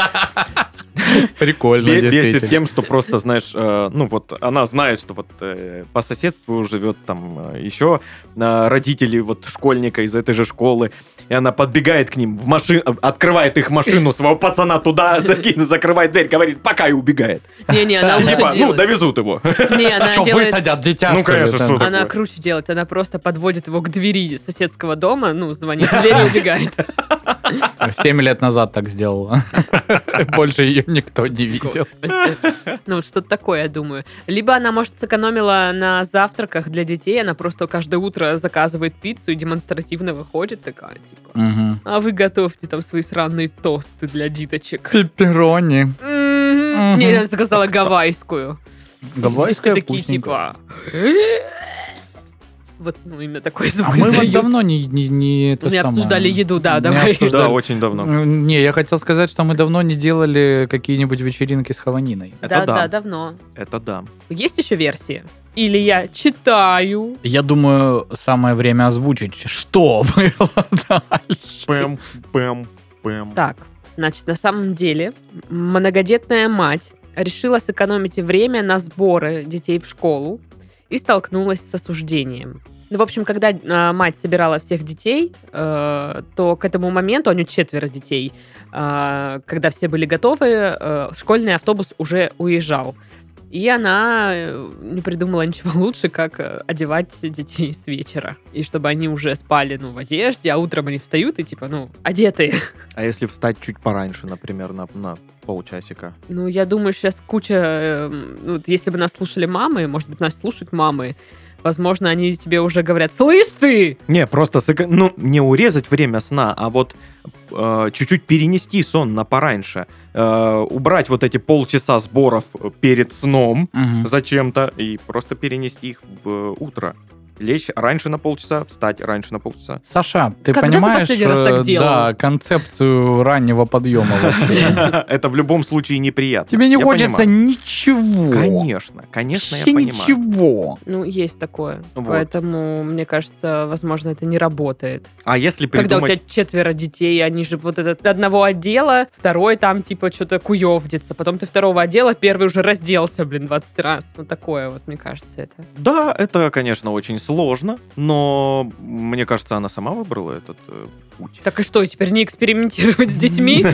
Speaker 2: Прикольно,
Speaker 3: бе- бесит тем, что просто, знаешь, э, ну, вот она знает, что вот э, по соседству живет там э, еще э, родители вот школьника из этой же школы, и она подбегает к ним в машину, открывает их машину, своего пацана туда, заки- закрывает дверь, говорит, пока и убегает.
Speaker 1: Не-не, она
Speaker 3: И
Speaker 1: лучше
Speaker 3: типа, ну,
Speaker 1: делает.
Speaker 3: довезут его.
Speaker 1: Не, она
Speaker 2: Что,
Speaker 1: делает...
Speaker 2: высадят дитя?
Speaker 3: Ну,
Speaker 2: что ли,
Speaker 3: конечно,
Speaker 2: там?
Speaker 3: что такое?
Speaker 1: Она круче делает, она просто подводит его к двери соседского дома, ну, звонит в дверь и убегает.
Speaker 2: Семь лет назад так сделала. Больше ее никто не видел.
Speaker 1: Господи. Ну, вот что-то такое, я думаю. Либо она, может, сэкономила на завтраках для детей, она просто каждое утро заказывает пиццу и демонстративно выходит такая, типа...
Speaker 2: Мгм.
Speaker 1: А вы готовьте там свои сраные тосты для диточек.
Speaker 2: Пепперони.
Speaker 1: Мгм. Не, я заказала гавайскую.
Speaker 2: Гавайская
Speaker 1: Все такие,
Speaker 2: вкусненькая.
Speaker 1: типа... Вот, ну, именно такой звук
Speaker 2: А мы вот
Speaker 1: издают.
Speaker 2: давно не, не, не это
Speaker 1: Мы
Speaker 2: самое.
Speaker 1: обсуждали еду, да,
Speaker 2: Не
Speaker 1: давай.
Speaker 2: обсуждали.
Speaker 3: Да, очень давно.
Speaker 2: М, Не, я хотел сказать, что мы давно не делали какие-нибудь вечеринки с хаваниной.
Speaker 3: Это
Speaker 1: Да,
Speaker 3: да.
Speaker 1: да, давно.
Speaker 3: Это да.
Speaker 1: Есть еще версии? Или я читаю?
Speaker 2: Я думаю, самое время озвучить, что было дальше.
Speaker 3: Пэм, пэм, пэм.
Speaker 1: Так, значит, на самом деле многодетная мать решила сэкономить время на сборы детей в школу и столкнулась с осуждением. Ну, в общем, когда э, мать собирала всех детей, э, то к этому моменту, а у нее четверо детей, а, э, когда все были готовы, э, школьный автобус уже уезжал. И она э, не придумала ничего лучше, как э, одевать детей с вечера. И чтобы они уже спали, ну, в одежде, а утром они встают и, типа, ну, одетые.
Speaker 3: А если встать чуть пораньше, например, на, на полчасика?
Speaker 1: Ну, я думаю, сейчас куча... э, ну, вот если бы нас слушали мамы, может быть, нас слушают мамы, возможно, они тебе уже говорят, слышь ты!
Speaker 3: Не, просто сэко- ну, не урезать время сна, а вот э, чуть-чуть перенести сон на пораньше. Э, убрать вот эти полчаса сборов перед сном
Speaker 2: Мгм.
Speaker 3: зачем-то и просто перенести их в э, утро. Лечь раньше на полчаса, встать раньше на полчаса.
Speaker 2: Саша, ты
Speaker 1: Когда ты
Speaker 2: понимаешь,
Speaker 1: последний раз так
Speaker 2: э,
Speaker 1: делал?
Speaker 2: да, концепцию раннего подъема вообще?
Speaker 3: Это в любом случае неприятно.
Speaker 2: Тебе не
Speaker 3: Я
Speaker 2: хочется
Speaker 3: понимаю.
Speaker 2: ничего.
Speaker 3: Конечно, конечно, я
Speaker 2: Вообще
Speaker 3: понимаю.
Speaker 2: ничего.
Speaker 1: Ну, есть такое.
Speaker 3: Вот.
Speaker 1: Поэтому, мне кажется, возможно, это не работает.
Speaker 3: А если
Speaker 1: Когда у
Speaker 3: придумать...
Speaker 1: тебя четверо детей, они же вот этот одного отдела, второй там типа что-то куевдится, потом ты второго отдела, первый уже разделся, блин, 20 раз. Вот такое вот, мне кажется, это.
Speaker 3: Да, это, конечно, очень сложно, но мне кажется, она сама выбрала этот э, путь.
Speaker 1: Так и что, теперь не экспериментировать с детьми?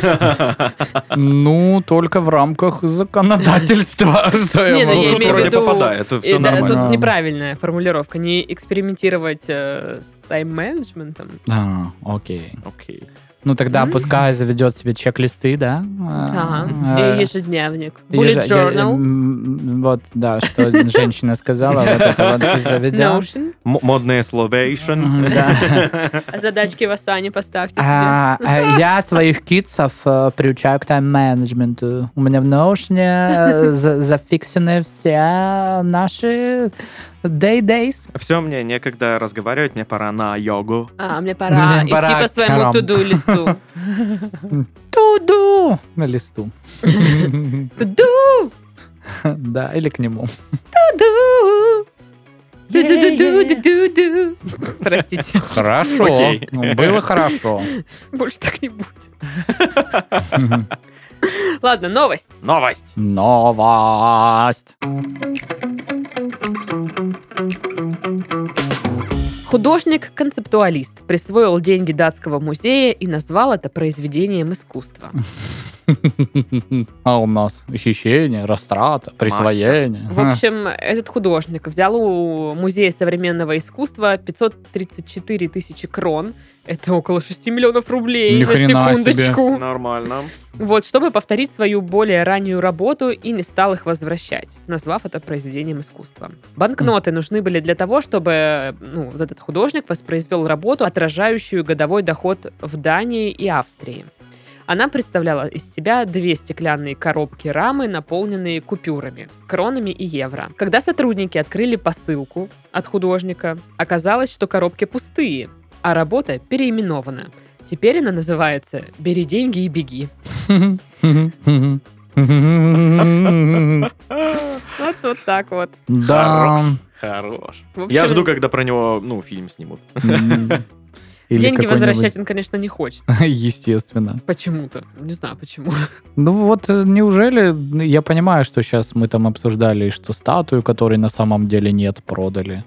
Speaker 2: Ну, только в рамках законодательства, что
Speaker 1: Не,
Speaker 2: я
Speaker 1: ну, я
Speaker 2: могу
Speaker 1: имею в
Speaker 3: Тут
Speaker 2: сказать.
Speaker 3: вроде
Speaker 1: виду-
Speaker 3: попадает,
Speaker 1: И
Speaker 3: все
Speaker 1: да,
Speaker 3: нормально.
Speaker 1: Тут
Speaker 2: Да.
Speaker 1: неправильная формулировка. Не экспериментировать э, с тайм-менеджментом.
Speaker 2: А, окей.
Speaker 3: Окей.
Speaker 2: Ну тогда
Speaker 1: М.
Speaker 2: пускай заведет себе чек-листы, да?
Speaker 1: Да.
Speaker 2: Э,
Speaker 1: И ежедневник.
Speaker 2: Ежа-
Speaker 1: Bullet
Speaker 2: я-
Speaker 1: journal.
Speaker 2: м, Вот, да, что женщина сказала, вот это вот ты заведешь.
Speaker 1: Notion.
Speaker 3: М- Модное словейшн.
Speaker 2: Мгм, да.
Speaker 1: А задачки в Асане поставьте себе.
Speaker 2: А, э, Я своих китсов э, приучаю к тайм-менеджменту. У меня в наушне э, зафиксены все наши day-days.
Speaker 3: Все, мне некогда разговаривать, мне пора на йогу.
Speaker 1: А, мне пора
Speaker 2: Мне пора
Speaker 1: идти по
Speaker 2: к
Speaker 1: своему
Speaker 2: хорам.
Speaker 1: туду листу.
Speaker 2: Туду! На листу.
Speaker 1: Туду!
Speaker 2: Да, или к нему.
Speaker 1: Ду-ду. Ду-ду-ду-ду-ду-ду. Простите,
Speaker 2: Хорошо.
Speaker 3: Окей.
Speaker 2: Ну, Было хорошо.
Speaker 1: больше так не будет. Ладно, новость.
Speaker 3: Новость!
Speaker 2: Новость.
Speaker 1: Художник-концептуалист присвоил деньги датского музея и назвал это произведением искусства.
Speaker 2: А у нас хищение, растрата, присвоение.
Speaker 1: В общем, этот художник взял у Музея современного искусства 534 тысячи крон. Это около 6 миллионов рублей
Speaker 2: Ни
Speaker 1: на
Speaker 2: хрена себе.
Speaker 1: секундочку.
Speaker 3: Нормально.
Speaker 1: Вот, чтобы повторить свою более раннюю работу и не стал их возвращать, назвав это произведением искусства. Банкноты нужны были для того, чтобы ну, вот этот художник воспроизвел работу, отражающую годовой доход в Дании и Австрии. Она представляла из себя две стеклянные коробки рамы, наполненные купюрами, кронами и евро. Когда сотрудники открыли посылку от художника, оказалось, что коробки пустые, а работа переименована. Теперь она называется «Бери деньги и беги». Вот, вот так вот.
Speaker 2: Да.
Speaker 3: Хорош.
Speaker 1: В общем,
Speaker 3: Я жду, когда про него, ну, фильм снимут.
Speaker 2: Или
Speaker 1: деньги
Speaker 2: какой-нибудь-
Speaker 1: возвращать он, конечно, не хочет.
Speaker 2: Естественно.
Speaker 1: Почему-то. Не знаю, почему.
Speaker 2: Ну вот э, неужели, я понимаю, что сейчас мы там обсуждали, что статую, которой на самом деле нет, продали,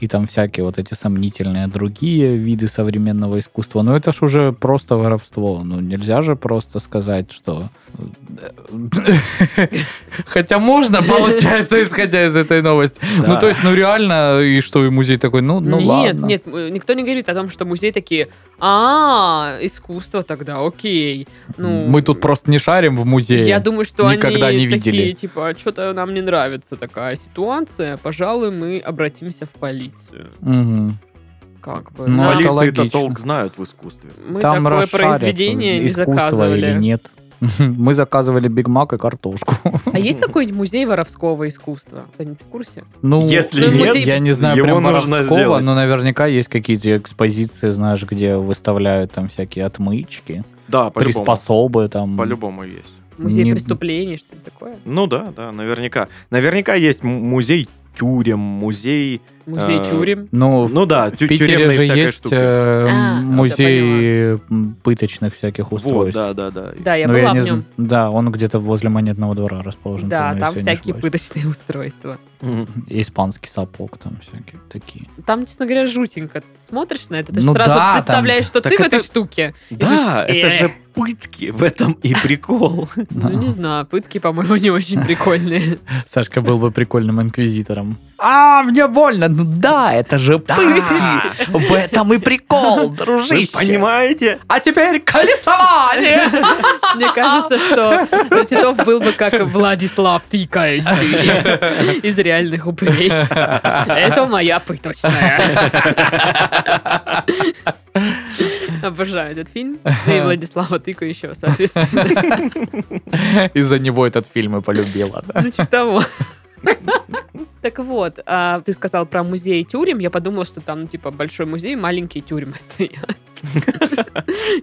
Speaker 2: и там всякие вот эти сомнительные другие виды современного искусства. Но это ж уже просто воровство. Ну нельзя же просто сказать, что... э, Хотя можно, получается, исходя из этой новости. Ну
Speaker 3: Да.
Speaker 2: то есть, ну реально, и что, и музей такой, ну, ну
Speaker 1: нет,
Speaker 2: ладно.
Speaker 1: нет, э, никто не говорит о том, что музеи такие, а, искусство тогда, окей. Ну,
Speaker 2: Мы тут просто не шарим в музее.
Speaker 1: Я думаю, что
Speaker 2: никогда
Speaker 1: они
Speaker 2: не видели.
Speaker 1: такие, типа, что-то нам не нравится такая ситуация, пожалуй, мы обратимся в полицию.
Speaker 2: Мгм.
Speaker 1: Как бы.
Speaker 2: Ну,
Speaker 1: нам-
Speaker 2: это
Speaker 3: Полиции-то
Speaker 2: логично.
Speaker 3: толк знают в искусстве.
Speaker 1: Мы
Speaker 2: Там
Speaker 1: такое
Speaker 2: расшарят,
Speaker 1: произведение не
Speaker 2: искусство или
Speaker 1: заказывали.
Speaker 2: нет. Мы заказывали Биг Мак и картошку.
Speaker 1: А есть какой-нибудь музей воровского искусства? Кто-нибудь в курсе?
Speaker 2: Ну,
Speaker 3: Если
Speaker 1: Ну, нет, музей-
Speaker 2: я не знаю
Speaker 3: его
Speaker 2: прям
Speaker 3: нужно
Speaker 2: воровского,
Speaker 3: сделать.
Speaker 2: но наверняка есть какие-то экспозиции, знаешь, где выставляют там всякие отмычки,
Speaker 3: Да, по-любому.
Speaker 2: приспособы там.
Speaker 3: По-любому есть.
Speaker 1: Музей
Speaker 2: Не-
Speaker 1: преступлений, что-нибудь такое?
Speaker 3: Ну да, да, наверняка. Наверняка есть м- музей тюрем, музей...
Speaker 1: Музей
Speaker 3: Э,
Speaker 1: тюрем?
Speaker 2: Ну, в
Speaker 3: Ну да,
Speaker 2: в
Speaker 3: тю-
Speaker 2: Питере
Speaker 3: тюремные
Speaker 2: же
Speaker 3: всякая
Speaker 2: есть
Speaker 3: штука.
Speaker 2: э,
Speaker 1: А,
Speaker 2: музей м, пыточных всяких
Speaker 3: Вот,
Speaker 2: устройств.
Speaker 3: да, да, да.
Speaker 1: Да, я
Speaker 2: Ну,
Speaker 1: была
Speaker 2: не
Speaker 1: в нем.
Speaker 2: зн- Да, он где-то возле монетного двора расположен.
Speaker 1: Да,
Speaker 2: по-моему,
Speaker 1: там
Speaker 2: если я не
Speaker 1: всякие
Speaker 2: ошибаюсь.
Speaker 1: пыточные устройства.
Speaker 3: Мгм.
Speaker 2: Испанский сапог там всякие такие.
Speaker 1: Там, честно говоря, жутенько. Ты смотришь на это, ты
Speaker 2: Ну
Speaker 1: же сразу
Speaker 2: да, там-
Speaker 1: представляешь, что
Speaker 2: так
Speaker 1: ты в этой
Speaker 2: это-
Speaker 1: штуке.
Speaker 3: Да,
Speaker 1: Идешь,
Speaker 3: это
Speaker 1: «Э,
Speaker 3: же пытки, в этом и прикол.
Speaker 1: Ну, не знаю, пытки, по-моему, не очень прикольные.
Speaker 2: Сашка был бы прикольным инквизитором.
Speaker 4: А, мне больно. Ну да, это же пытки. В этом и прикол,
Speaker 3: Вы
Speaker 4: дружище.
Speaker 3: понимаете?
Speaker 4: А теперь колесование.
Speaker 1: Мне кажется, что Титов был бы как Владислав Тыкающий из реальных упырей. Это моя пыточная. Обожаю этот фильм. Да и Владислава Тыкающего, соответственно.
Speaker 4: Из-за него этот фильм и полюбила. да.
Speaker 1: Ну, типа того. Так вот, а, ты сказал про музей тюрем. Я подумала, что там, ну, типа, большой музей, маленькие тюрьмы стоят.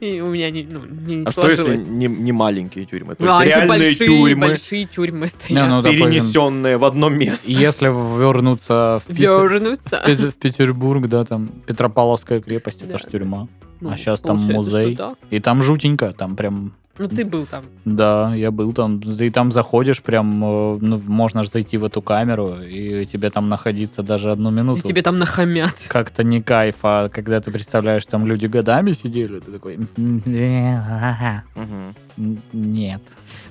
Speaker 1: И у меня не, ну, не
Speaker 3: А что если
Speaker 1: сложилось.
Speaker 3: не, не маленькие тюрьмы? То
Speaker 1: Ну, а
Speaker 3: есть
Speaker 1: если
Speaker 3: реальные
Speaker 1: большие,
Speaker 3: тюрьмы,
Speaker 1: большие тюрьмы
Speaker 2: Не,
Speaker 1: стоят.
Speaker 2: ну, допустим,
Speaker 3: перенесенные в одно место.
Speaker 2: Если вернуться в, Пит-
Speaker 1: Вернуться.
Speaker 2: в Пит- в Петербург, да, там Петропавловская крепость, это
Speaker 1: Да.
Speaker 2: ж тюрьма.
Speaker 1: Ну,
Speaker 2: а щас там
Speaker 1: получается, что
Speaker 2: музей.
Speaker 1: да.
Speaker 2: И там жутенько, там прям
Speaker 1: Ну, ты был там.
Speaker 2: Да, я был там. Ты там заходишь, прям э, ну, можно же зайти в эту камеру, и тебе там находиться даже одну
Speaker 3: ну,
Speaker 1: И
Speaker 2: минуту.
Speaker 1: тебе там нахамят.
Speaker 2: Как-то не кайф, а когда ты представляешь, там люди годами сидели, ты такой...
Speaker 3: Мгм.
Speaker 2: Нет.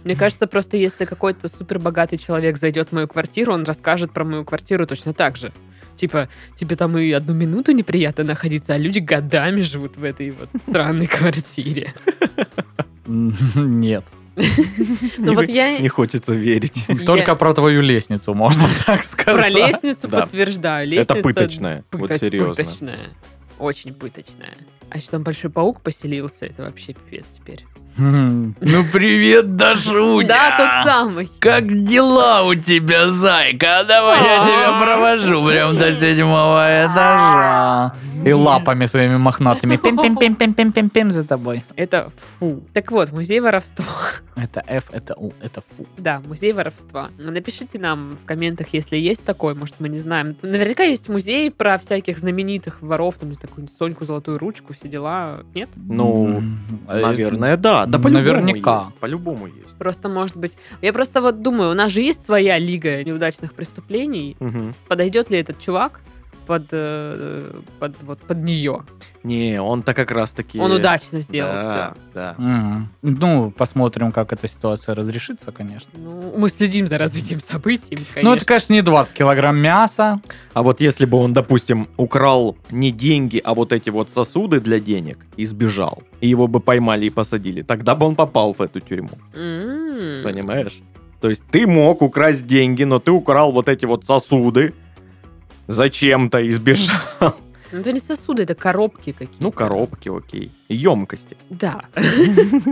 Speaker 1: Мне кажется, просто если какой-то супербогатый человек зайдет в мою квартиру, он расскажет про мою квартиру точно так же. Типа, тебе там и одну минуту неприятно находиться, а люди годами живут в этой вот странной квартире.
Speaker 2: Нет.
Speaker 1: Ну вот я
Speaker 3: Не хочется верить.
Speaker 1: я
Speaker 2: Только про твою лестницу можно так
Speaker 1: про
Speaker 2: сказать.
Speaker 1: лестницу
Speaker 3: Да.
Speaker 1: подтверждаю.
Speaker 3: Это
Speaker 1: Лестница
Speaker 3: пыточное. Вот
Speaker 1: пыта-
Speaker 3: серьезно.
Speaker 1: Пыточная. Очень пыточная. А еще там большой паук поселился, это вообще пипец теперь.
Speaker 2: М,
Speaker 4: Ну привет, Дашуня.
Speaker 1: Да, тот самый.
Speaker 4: Как дела у тебя, зайка? А Давай я тебя провожу прям до седьмого этажа.
Speaker 2: И лапами своими мохнатыми. Пим-пим-пим-пим-пим-пим за тобой.
Speaker 1: Это фу. Так вот, музей воровства.
Speaker 2: Это F, это У, это фу.
Speaker 1: Да, музей воровства. Напишите нам в комментах, если есть такой, может, мы не знаем. Наверняка есть музей про всяких знаменитых воров, там, за такую Соньку Золотую Ручку, все дела. Нет?
Speaker 3: Ну,
Speaker 2: М, э,
Speaker 3: наверное, да. Да по-любому
Speaker 2: наверняка.
Speaker 3: есть, По-любому есть.
Speaker 1: Просто, может быть... Я просто вот думаю, у нас же есть своя лига неудачных преступлений.
Speaker 3: Мгм.
Speaker 1: Подойдет ли этот чувак под, э, под, вот, под нее?
Speaker 3: Не, он-то как раз-таки...
Speaker 1: Он удачно сделал
Speaker 3: Да,
Speaker 1: все.
Speaker 3: да.
Speaker 2: Мгм. Ну, посмотрим, как эта ситуация разрешится, конечно.
Speaker 1: Ну, мы следим за развитием событий, конечно.
Speaker 2: Ну, это, конечно, не 20 килограмм мяса.
Speaker 3: А вот если бы он, допустим, украл не деньги, а вот эти вот сосуды для денег и сбежал, и его бы поймали и посадили, тогда бы он попал в эту тюрьму,
Speaker 1: М.
Speaker 3: понимаешь? То есть ты мог украсть деньги, но ты украл вот эти вот сосуды, зачем-то и сбежал.
Speaker 1: Ну, это не сосуды, это коробки какие-то.
Speaker 3: Ну, коробки, окей. Емкости.
Speaker 1: Да.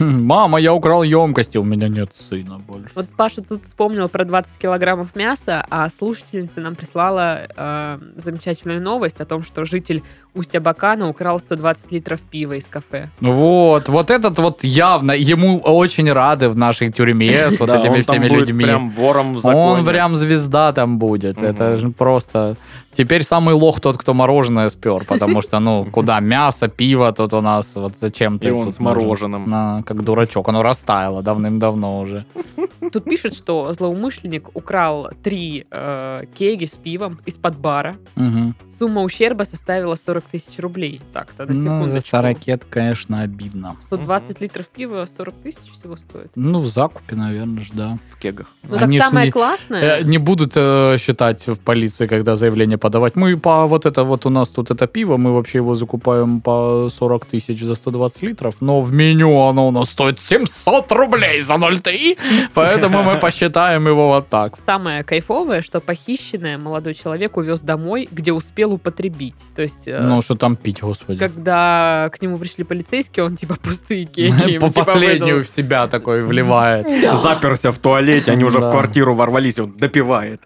Speaker 2: Мама, я украл емкости, у меня нет сына больше.
Speaker 1: Вот Паша тут вспомнил про 20 килограммов мяса, а слушательница нам прислала э, замечательную новость о том, что житель Усть-Абакана украл 120 литров пива из кафе.
Speaker 2: Вот, вот этот вот явно, ему очень рады в нашей тюрьме с вот
Speaker 3: Да,
Speaker 2: этими
Speaker 3: он там
Speaker 2: всеми
Speaker 3: будет
Speaker 2: людьми.
Speaker 3: прям вором в законе.
Speaker 2: Он прям звезда там будет.
Speaker 3: Мгм.
Speaker 2: Это же просто... Теперь самый лох тот, кто мороженое спер, потому что, ну, куда мясо, пиво тут у нас, вот зачем ты
Speaker 3: И он
Speaker 2: тут
Speaker 3: с
Speaker 2: нужен?
Speaker 3: мороженым.
Speaker 2: На, как дурачок, оно растаяло давным-давно уже.
Speaker 1: Тут пишет, что злоумышленник украл три э, кеги с пивом из-под бара.
Speaker 2: Мгм.
Speaker 1: Сумма ущерба составила 40 тысяч рублей. Так-то, на
Speaker 2: Ну, за
Speaker 1: секундочку.
Speaker 2: сорокет, конечно, обидно.
Speaker 1: 120 литров пива 40 тысяч всего стоит.
Speaker 2: Ну, в закупе, наверное, ж, да.
Speaker 3: в кегах.
Speaker 1: Ну,
Speaker 2: Они ж
Speaker 1: так самое
Speaker 2: не-
Speaker 1: классное...
Speaker 2: Э, Не будут э, считать в полиции, когда заявление подавать. Мы по вот это вот у нас тут это пиво, мы вообще его закупаем по 40 тысяч за 120 литров, но в меню оно у нас стоит 700 рублей за 0,3, поэтому мы посчитаем его вот так.
Speaker 1: Самое кайфовое, что похищенное молодой человек увез домой, где успел употребить. То есть э,
Speaker 2: Ну, что там пить, господи.
Speaker 1: когда к нему пришли полицейские, он типа пустые кеки.
Speaker 2: По
Speaker 1: ему, типа,
Speaker 2: последнюю в
Speaker 1: выдал.
Speaker 2: себя такой вливает.
Speaker 3: Заперся в туалете, они уже
Speaker 2: Да.
Speaker 3: в квартиру ворвались, и он допивает.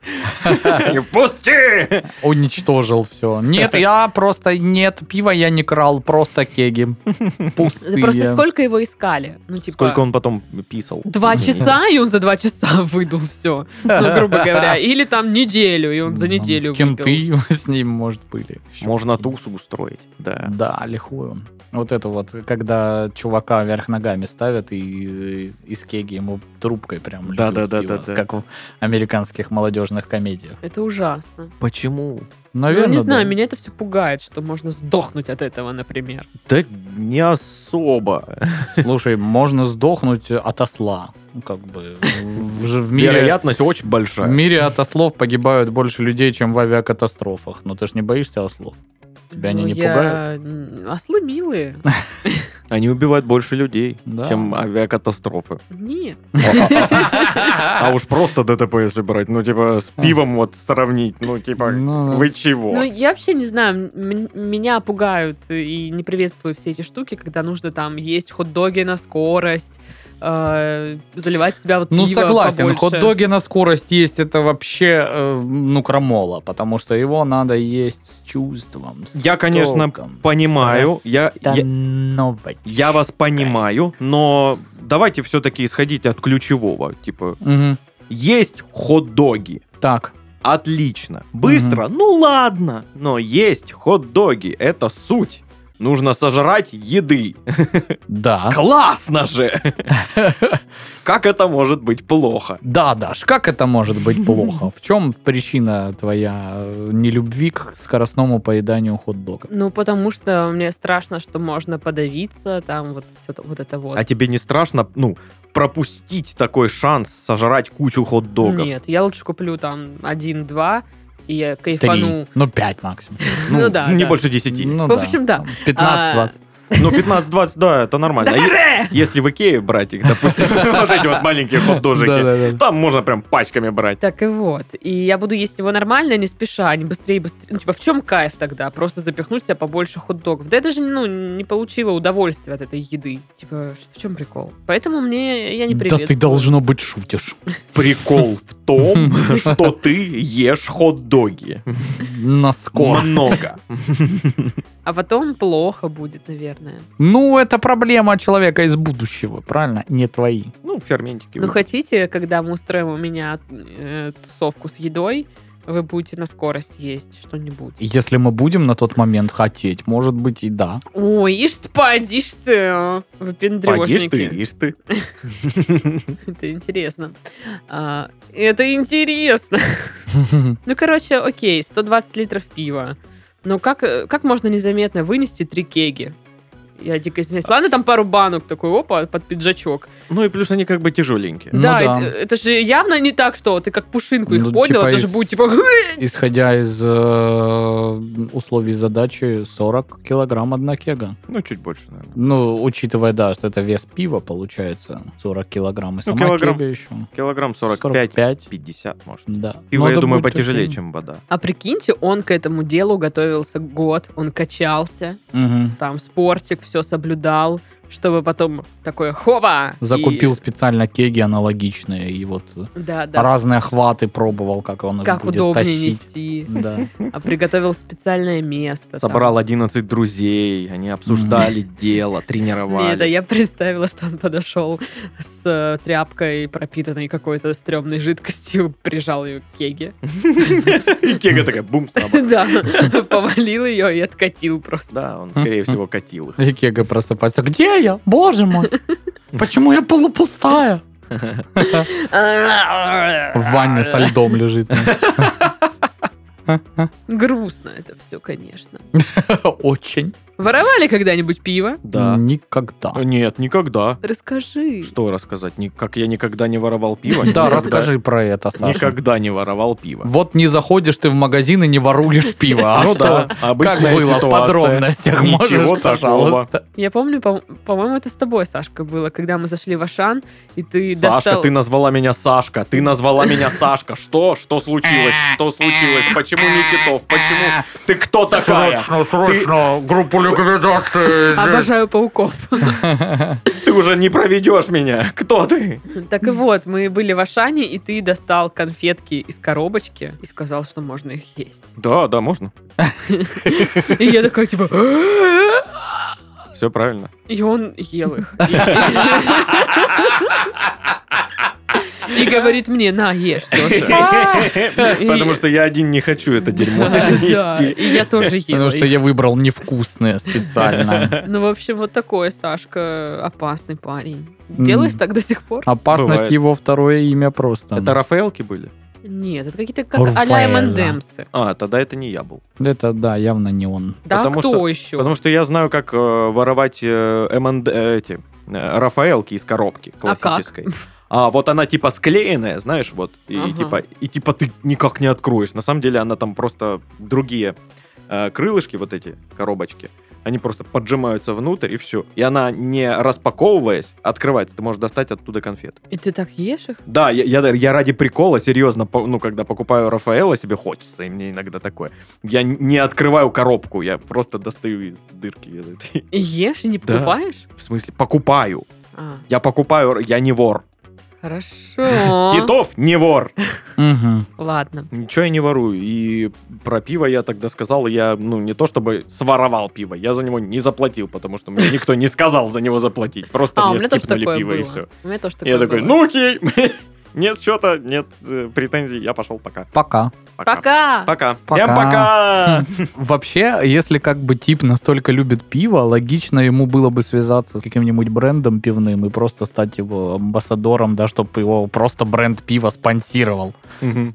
Speaker 3: И Пусти!
Speaker 2: Уничтожил все. Нет, я просто... Нет, пива я не крал, просто кеги.
Speaker 1: Это Просто
Speaker 2: Пустые.
Speaker 1: сколько его искали? Ну, типа,
Speaker 3: Сколько он потом писал?
Speaker 1: Два
Speaker 3: Извините.
Speaker 1: часа, и он за два часа выдал все. Ну, грубо говоря. Или там неделю, и он за неделю выпил.
Speaker 2: Кенты с ним, может, были. Еще
Speaker 3: Можно
Speaker 2: какие-то.
Speaker 3: тусу устроить, да.
Speaker 2: Да, лихую. Вот это вот, когда чувака вверх ногами ставят и из кеги ему трубкой прям льют
Speaker 3: Да-да-да-да-да.
Speaker 2: пиво, как в американских молодежных комедиях.
Speaker 1: Это ужасно.
Speaker 3: Почему?
Speaker 1: Ну,
Speaker 2: Наверное,
Speaker 1: не знаю,
Speaker 2: да.
Speaker 1: меня это все пугает, что можно сдохнуть от этого, например.
Speaker 3: Да не особо.
Speaker 2: Слушай, можно сдохнуть от осла. Ну, Как бы в, ж- в мире,
Speaker 3: Вероятность очень
Speaker 2: в
Speaker 3: большая.
Speaker 2: мире от ослов погибают больше людей, чем в авиакатастрофах. Но ты ж не боишься ослов. Тебя они
Speaker 1: Ну,
Speaker 2: не
Speaker 1: я-
Speaker 2: пугают?
Speaker 1: м, Ослы милые.
Speaker 3: Они убивают больше людей,
Speaker 2: Да.
Speaker 3: чем авиакатастрофы.
Speaker 1: Нет.
Speaker 3: А уж просто ДТП, если брать, ну, типа, с пивом вот сравнить, ну, типа,
Speaker 2: А. Ну,
Speaker 3: вы чего?
Speaker 1: Ну, я вообще не знаю, м- меня пугают и не приветствую все эти штуки, когда нужно там есть хот-доги на скорость, э, заливать в себя вот
Speaker 2: Ну,
Speaker 1: пиво
Speaker 2: согласен,
Speaker 1: побольше.
Speaker 2: хот-доги на скорость есть, это вообще, э, ну, крамола, потому что его надо есть с чувством. с
Speaker 3: Я, конечно,
Speaker 2: толком,
Speaker 3: понимаю,
Speaker 2: с
Speaker 3: я- я,
Speaker 2: расстановочкой.
Speaker 3: Я вас понимаю, но давайте все-таки исходить от ключевого. Типа,
Speaker 2: Мгм.
Speaker 3: есть хот-доги.
Speaker 2: Так,
Speaker 3: Отлично. Быстро? Ну ладно. Но есть хот-доги. Это суть. Нужно сожрать еды.
Speaker 2: да.
Speaker 3: Классно же! Как это может быть плохо?
Speaker 2: Да, Даш, как это может быть плохо? В чем причина твоя э, нелюбви к скоростному поеданию хот-дога?
Speaker 1: Ну, потому что мне страшно, что можно подавиться, там вот все вот это вот.
Speaker 3: А тебе не страшно, ну, пропустить такой шанс сожрать кучу хот-догов?
Speaker 1: Нет, я лучше куплю там один-два, и я кайфану.
Speaker 2: Три. Ну, пять максимум.
Speaker 1: Ну да,
Speaker 3: Не
Speaker 1: да.
Speaker 3: больше 10.
Speaker 2: Ну
Speaker 1: В
Speaker 2: да,
Speaker 1: общем, да. А,
Speaker 2: там 15-20.
Speaker 3: Ну, 15-20, да, это нормально. А е- Если в Икее брать их, допустим, вот эти вот маленькие хот-дожики,
Speaker 2: Да-да-да.
Speaker 3: Там можно прям пачками брать.
Speaker 1: Так и вот. И я буду есть его нормально, не спеша, не быстрее, быстрее. Ну, типа, в чем кайф тогда? Просто запихнуть в себя побольше хот-догов. Да я даже, ну, не получила удовольствия от этой еды. Типа, ш- в чем прикол? Поэтому мне я не
Speaker 2: Да
Speaker 1: приветствую.
Speaker 2: ты, должно быть, шутишь.
Speaker 3: Прикол в том, что ты ешь хот-доги.
Speaker 2: На скорость.
Speaker 3: Много.
Speaker 1: А потом плохо будет, наверное.
Speaker 2: Ну, это проблема человека из будущего, правильно? Не твои.
Speaker 3: Ну, ферментики.
Speaker 1: Ну, хотите, когда мы устроим у меня э, тусовку с едой, вы будете на скорость есть что-нибудь.
Speaker 2: Если мы будем на тот момент хотеть, может быть и да.
Speaker 1: Ой, ишь ты, поди ж ты, а,
Speaker 3: Погишь ты,
Speaker 1: выпендрежники.
Speaker 3: ишь ты.
Speaker 1: Это интересно. А, это интересно. Ну, короче, окей, 120 литров пива. Но как, э, как можно незаметно вынести три кеги? Я дико извиняюсь. Ладно, там пару банок такой, опа, под пиджачок.
Speaker 3: Ну и плюс они как бы тяжеленькие.
Speaker 2: Ну
Speaker 1: да,
Speaker 2: да.
Speaker 1: Это, это же явно не так, что ты как пушинку их
Speaker 2: Ну,
Speaker 1: поднял,
Speaker 2: типа
Speaker 1: это же
Speaker 2: из-
Speaker 1: будет типа...
Speaker 2: Исходя из э, условий задачи 40 килограмм одна кега.
Speaker 3: Ну, чуть больше, наверное.
Speaker 2: Ну, учитывая, да, что это вес пива получается 40 килограмм и сама
Speaker 3: килограмм.
Speaker 2: кега еще.
Speaker 3: Килограмм 45,
Speaker 2: 45.
Speaker 3: 50, может.
Speaker 2: Да.
Speaker 3: Пиво,
Speaker 2: Надо
Speaker 3: я думаю,
Speaker 2: будет
Speaker 3: потяжелее,
Speaker 2: таким.
Speaker 3: чем вода.
Speaker 1: А прикиньте, он к этому делу готовился год, он качался,
Speaker 2: Мгм.
Speaker 1: там спортик все соблюдал, чтобы потом такое хоба! и-
Speaker 2: Закупил специально кеги аналогичные и вот э,
Speaker 1: Да, да.
Speaker 2: разные охваты пробовал, как он их
Speaker 1: Как
Speaker 2: будет
Speaker 1: удобнее
Speaker 2: тащить.
Speaker 1: нести.
Speaker 2: Да.
Speaker 1: А приготовил специальное место. там.
Speaker 3: Собрал 11 друзей, они обсуждали дело, тренировались.
Speaker 1: Нет, а я представила, что он подошел с э, тряпкой, пропитанной какой-то стрёмной жидкостью, прижал ее к кеге.
Speaker 3: И Кега такая, бум, слабо.
Speaker 1: Да, повалил ее и откатил просто.
Speaker 3: Да, он, скорее всего, катил их.
Speaker 2: И Кега просыпается. Где я? Боже мой! Почему я полупустая?
Speaker 1: А,
Speaker 2: В ванне со льдом лежит.
Speaker 1: Грустно это все, конечно.
Speaker 2: Очень.
Speaker 1: Воровали когда-нибудь пиво?
Speaker 3: Да.
Speaker 2: Никогда.
Speaker 3: Нет, никогда.
Speaker 1: Расскажи.
Speaker 3: Что рассказать? Ни- Как я никогда не воровал пиво?
Speaker 2: Да,
Speaker 3: никогда-
Speaker 2: расскажи про это, Саша.
Speaker 3: Никогда не воровал пиво.
Speaker 2: Вот не заходишь ты в магазин и не воруешь пиво. А
Speaker 3: Ну
Speaker 2: что?
Speaker 3: да,
Speaker 2: Как
Speaker 3: обычная
Speaker 2: было в
Speaker 3: ситуация.
Speaker 2: подробностях?
Speaker 3: Ничего
Speaker 2: Можешь,
Speaker 3: такого.
Speaker 2: пожалуйста.
Speaker 1: Я помню, по- по-моему, это с тобой, Сашка, было, когда мы зашли в Ашан, и ты
Speaker 3: Сашка,
Speaker 1: достал...
Speaker 3: ты назвала меня Сашка, ты назвала меня Сашка. Что? Что случилось? Что случилось? Почему Никитов? Почему? Ты кто такая? срочно,
Speaker 2: группу ликвидации.
Speaker 1: Обожаю пауков.
Speaker 3: Ты уже не проведешь меня. Кто ты?
Speaker 1: Так и вот, мы были в Ашане, и ты достал конфетки из коробочки и сказал, что можно их есть.
Speaker 3: Да, да, можно.
Speaker 1: И я такая, типа...
Speaker 3: Все правильно.
Speaker 1: И он ел их. И говорит мне, на, ешь тоже.
Speaker 3: Потому что я один не хочу это дерьмо
Speaker 1: Да,
Speaker 3: нести.
Speaker 1: и я тоже ела
Speaker 2: Потому что
Speaker 1: их.
Speaker 2: я выбрал невкусное специально.
Speaker 1: Ну, в общем, вот такой Сашка опасный парень. Делаешь
Speaker 2: М.
Speaker 1: так до сих пор?
Speaker 2: Опасность
Speaker 3: Бывает.
Speaker 2: его второе имя просто.
Speaker 3: Это Рафаэлки были?
Speaker 1: Нет, это какие-то как а-ля
Speaker 2: Орфеэна.
Speaker 1: M&M'сы.
Speaker 3: А, тогда это не я был.
Speaker 5: Это, да, явно не он.
Speaker 1: Да а
Speaker 3: Потому
Speaker 1: кто
Speaker 3: что-
Speaker 1: еще?
Speaker 3: Потому что я знаю, как э, воровать э, M&D, э, эти э, Рафаэлки из коробки
Speaker 1: А как?
Speaker 3: классической. А вот она типа склеенная, знаешь, вот, и,
Speaker 1: Ага.
Speaker 3: типа, и типа ты никак не откроешь. На самом деле она там просто другие э, крылышки, вот эти коробочки, они просто поджимаются внутрь и все. И она, не распаковываясь, открывается. Ты можешь достать оттуда конфеты.
Speaker 1: И ты так ешь их?
Speaker 3: Да, я, я, я ради прикола, серьезно, по- ну, когда покупаю Рафаэла, себе хочется, и мне иногда такое. Я н- не открываю коробку, я просто достаю из дырки. этой.
Speaker 1: И ешь, и не
Speaker 3: Да.
Speaker 1: покупаешь?
Speaker 3: В смысле, покупаю.
Speaker 1: А,
Speaker 3: Я покупаю, я не вор.
Speaker 1: хорошо.
Speaker 3: Титов не вор.
Speaker 5: Мгм.
Speaker 1: Ладно.
Speaker 3: Ничего я не ворую. И про пиво я тогда сказал, я, ну, не то чтобы своровал пиво, я за него не заплатил, потому что мне никто не сказал за него заплатить. Просто
Speaker 1: А, у
Speaker 3: мне
Speaker 1: меня тоже
Speaker 3: скипнули
Speaker 1: такое
Speaker 3: пиво и
Speaker 1: было.
Speaker 3: все.
Speaker 1: У меня тоже такое
Speaker 3: Я такой,
Speaker 1: было.
Speaker 3: ну окей, нет счета, нет э, претензий, я пошел, пока.
Speaker 5: Пока.
Speaker 1: Пока!
Speaker 3: Пока.
Speaker 5: Пока.
Speaker 3: Всем пока!
Speaker 5: Вообще, если как бы тип настолько любит пиво, логично ему было бы связаться с каким-нибудь брендом пивным и просто стать его амбассадором, да, чтобы его просто бренд пива спонсировал.
Speaker 3: Мгм.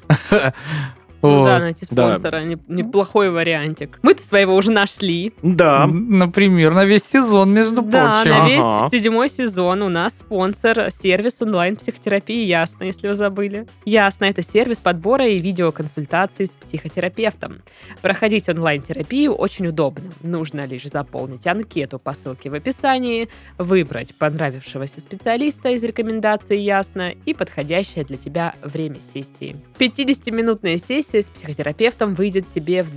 Speaker 1: Ну
Speaker 5: Вот.
Speaker 1: да, найти
Speaker 3: да.
Speaker 1: спонсора. не- Неплохой вариантик. Мы-то своего уже нашли.
Speaker 3: Да.
Speaker 5: М, А? Например, на весь сезон, между
Speaker 1: Да,
Speaker 5: прочим. А?
Speaker 1: на
Speaker 3: Ага.
Speaker 1: весь седьмой сезон у нас спонсор сервис онлайн-психотерапии «Ясно», если вы забыли. «Ясно» — это сервис подбора и видеоконсультации с психотерапевтом. Проходить онлайн-терапию очень удобно. Нужно лишь заполнить анкету по ссылке в описании, выбрать понравившегося специалиста из рекомендаций «Ясно» и подходящее для тебя время сессии. 50-минутная сессия с психотерапевтом выйдет тебе в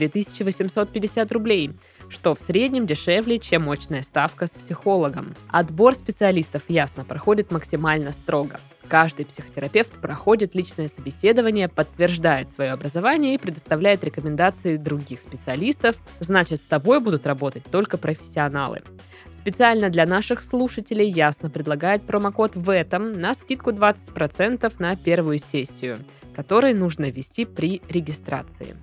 Speaker 1: 2850 рублей – что в среднем дешевле, чем очная ставка с психологом. Отбор специалистов ясно проходит максимально строго. Каждый психотерапевт проходит личное собеседование, подтверждает свое образование и предоставляет рекомендации других специалистов, значит, с тобой будут работать только профессионалы. Специально для наших слушателей ясно предлагает промокод в этом на скидку 20% на первую сессию, который нужно ввести при регистрации.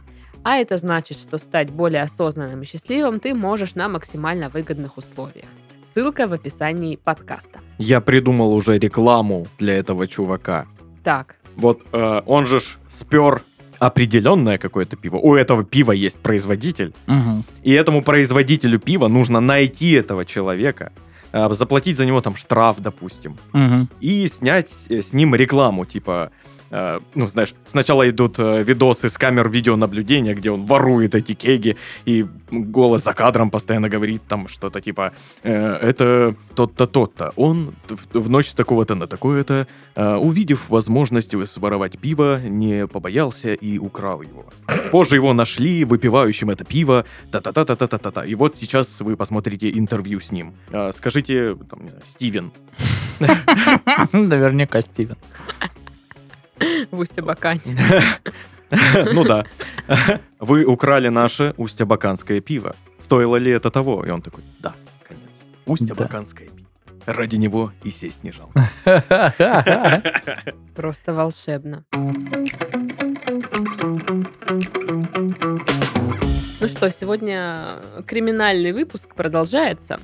Speaker 1: А это значит, что стать более осознанным и счастливым ты можешь на максимально выгодных условиях. Ссылка в описании подкаста.
Speaker 3: Я придумал уже рекламу для этого чувака.
Speaker 1: Так,
Speaker 3: Вот э, он же ж спер определенное какое-то пиво. У этого пива есть производитель.
Speaker 5: Мгм.
Speaker 3: И этому производителю пива нужно найти этого человека, э, заплатить за него там штраф, допустим,
Speaker 5: Мгм.
Speaker 3: и снять э, с ним рекламу, типа... э, Ну, знаешь, сначала идут э, видосы с камер видеонаблюдения, где он ворует эти кеги, и голос за кадром постоянно говорит там что-то типа э, «Это тот-то, тот-то, он в- в ночь с такого-то на такое-то, э, увидев возможность своровать пиво, не побоялся и украл его». Позже его нашли выпивающим это пиво, та-та-та-та-та-та-та. И вот сейчас вы посмотрите интервью с ним. Э, Скажите, там, не знаю, Стивен,
Speaker 5: Наверняка Стивен.
Speaker 1: в Усть-Абакане.
Speaker 3: Ну да. Вы украли наше усть-абаканское пиво. Стоило ли это того? И он такой, да, конец. Усть-абаканское пиво. Ради него и сесть не жалко.
Speaker 1: Просто волшебно. Ну что, сегодня криминальный выпуск продолжается.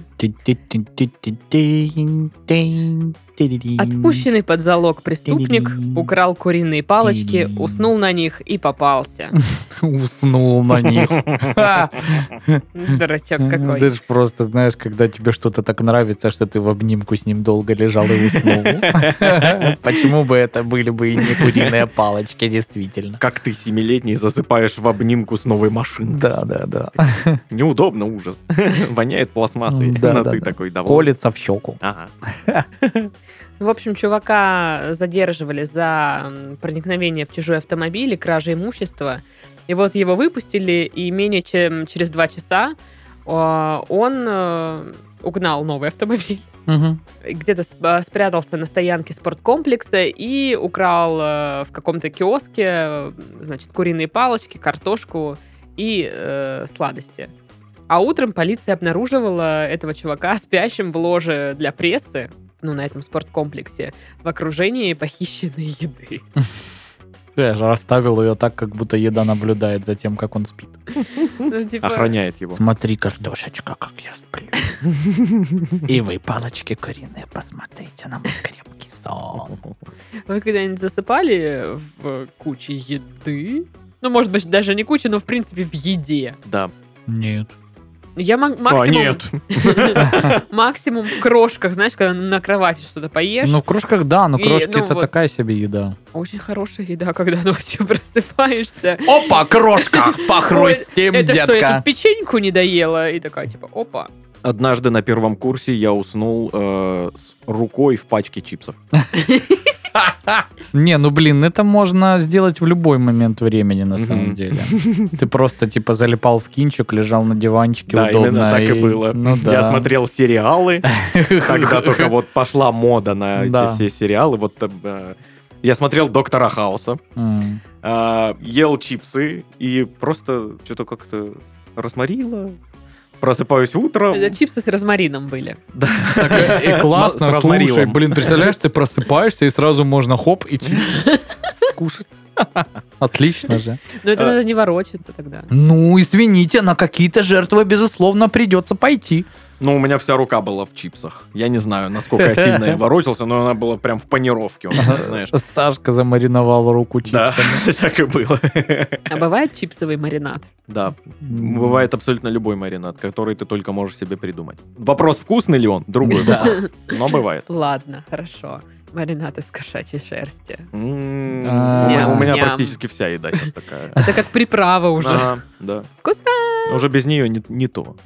Speaker 5: Отпущен.
Speaker 1: Отпущенный под залог преступник украл куриные палочки, уснул на них и попался.
Speaker 5: Уснул на них. Ха.
Speaker 1: Дурачок
Speaker 5: Ты
Speaker 1: какой.
Speaker 5: ж просто знаешь, когда тебе что-то так нравится, что ты в обнимку с ним долго лежал и уснул. Почему бы это были бы и не куриные палочки, действительно.
Speaker 3: Как ты семилетний засыпаешь в обнимку с новой машинкой.
Speaker 5: Да, да, да. А
Speaker 3: Неудобно, ужас. Воняет пластмассой.
Speaker 5: Ну Да,
Speaker 3: Но
Speaker 5: да,
Speaker 3: ты
Speaker 5: да.
Speaker 3: такой доволен.
Speaker 5: Колется в щеку.
Speaker 3: Ага.
Speaker 1: В общем, чувака задерживали за м, проникновение в чужой автомобиль и кражи имущества. И вот его выпустили, и менее чем через два часа а, он э, угнал новый автомобиль.
Speaker 5: Мгм.
Speaker 1: где-то сп- э, спрятался на стоянке спорткомплекса и украл э, в каком-то киоске, э, значит, куриные палочки, картошку и э, сладости. А утром полиция обнаруживала этого чувака спящим в ложе для прессы, ну, на этом спорткомплексе, в окружении похищенной еды.
Speaker 5: Я же расставил ее так, как будто еда наблюдает за тем, как он спит.
Speaker 3: Хм,
Speaker 1: Ну, типа,
Speaker 3: Охраняет его.
Speaker 5: Смотри, картошечка, как я сплю. И вы, палочки куриные, посмотрите на мой крепкий сон.
Speaker 6: сон.
Speaker 1: Вы когда-нибудь засыпали в куче еды? Ну, может быть, даже не куче, но в принципе в еде.
Speaker 3: Да.
Speaker 2: Нет.
Speaker 1: Я мак-
Speaker 3: А,
Speaker 1: максимум...
Speaker 3: нет.
Speaker 1: Максимум в крошках, знаешь, когда на кровати что-то поешь.
Speaker 2: Ну, в кружках, да, но
Speaker 1: И,
Speaker 2: крошки
Speaker 1: ну,
Speaker 2: это
Speaker 1: вот.
Speaker 2: такая себе еда.
Speaker 1: Очень хорошая еда, когда ночью просыпаешься.
Speaker 6: Опа, крошка, похрустим,
Speaker 1: Это что, я
Speaker 6: детка.
Speaker 1: тут печеньку не доела? И такая, типа, опа.
Speaker 3: Однажды на первом курсе я уснул э, с рукой в пачке чипсов.
Speaker 2: Не, ну блин, это можно сделать в любой момент времени, на
Speaker 3: Мгм.
Speaker 2: самом деле. Ты просто типа залипал в кинчик, лежал на диванчике
Speaker 3: Да,
Speaker 2: удобно.
Speaker 3: именно так и было.
Speaker 2: Ну да.
Speaker 3: Я смотрел сериалы, когда только вот пошла мода на
Speaker 2: Да.
Speaker 3: эти все сериалы. Вот э, я смотрел Доктора Хауса,
Speaker 2: М.
Speaker 3: э, ел чипсы и просто что-то как-то разморило. Просыпаюсь
Speaker 2: Ну.
Speaker 3: утром.
Speaker 1: Это чипсы с розмарином были.
Speaker 2: Так э, и
Speaker 3: С-
Speaker 2: классно,
Speaker 3: с
Speaker 2: слушай,
Speaker 3: разморилом.
Speaker 2: блин, представляешь, ты просыпаешься и сразу можно хоп и чипсы скушать. Отлично же.
Speaker 1: Но это
Speaker 3: А.
Speaker 1: надо не ворочаться тогда.
Speaker 6: Ну, извините, на какие-то жертвы, безусловно, придется пойти.
Speaker 3: Ну, у меня вся рука была в чипсах. Я не знаю, насколько я сильно я ворочался, но она была прям в панировке, у меня, знаешь.
Speaker 2: Сашка замариновал руку
Speaker 3: Да,
Speaker 2: чипсами.
Speaker 3: так и было.
Speaker 1: А бывает чипсовый маринад?
Speaker 3: Да, бывает абсолютно любой маринад, который ты только можешь себе придумать. Вопрос, вкусный ли он, другой вопрос. Но бывает.
Speaker 1: Ладно, хорошо. Маринад из кошачьей шерсти.
Speaker 3: М,
Speaker 2: А.
Speaker 3: У меня- у меня
Speaker 1: Ням.
Speaker 3: практически вся еда сейчас такая.
Speaker 1: Это как приправа уже.
Speaker 3: Да, Да.
Speaker 1: Вкусно.
Speaker 3: Уже без нее не- не то.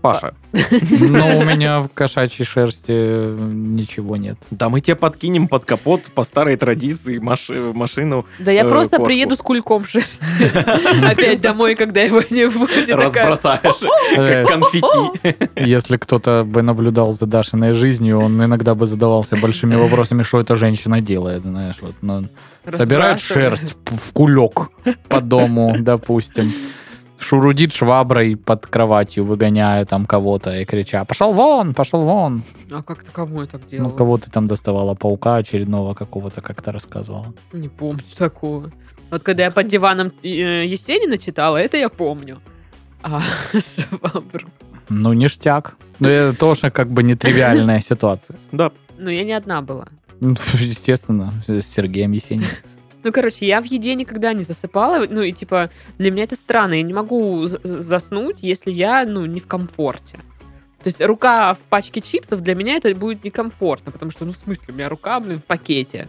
Speaker 3: Паша,
Speaker 2: Но у меня в кошачьей шерсти э, ничего нет.
Speaker 3: да мы тебе подкинем под капот по старой традиции маши- машину
Speaker 1: Да я
Speaker 3: Э,
Speaker 1: просто
Speaker 3: кошку.
Speaker 1: приеду с кульком шерсти. Опять домой, когда его не будет. и такая,
Speaker 3: разбросаешь,
Speaker 2: Э,
Speaker 3: как конфетти.
Speaker 2: Если кто-то бы наблюдал за Дашиной жизнью, он иногда бы задавался большими вопросами, что эта женщина делает, знаешь, вот, ну, собирает
Speaker 1: «Разбрасываю».
Speaker 2: шерсть в, в кулек по дому, допустим, шурудит шваброй под кроватью, выгоняя там кого-то и крича, пошел вон, пошел вон.
Speaker 1: А как ты кому я так
Speaker 2: Ну,
Speaker 1: делала?
Speaker 2: кого ты там доставала, паука очередного какого-то как-то рассказывала.
Speaker 1: Не помню такого. Вот когда я под диваном э, Есенина читала, это я помню. А швабру.
Speaker 2: Ну, ништяк. Ну, это тоже как бы нетривиальная ситуация.
Speaker 3: Да,
Speaker 1: Ну, я не одна была.
Speaker 2: Ну, Естественно, с Сергеем Есениным.
Speaker 1: Ну, короче, я в еде никогда не засыпала. Ну, и типа, для меня это странно. Я не могу з- з- заснуть, если я, ну, не в комфорте. То есть рука в пачке чипсов для меня это будет некомфортно, потому что, ну, в смысле, у меня рука, блин, в пакете.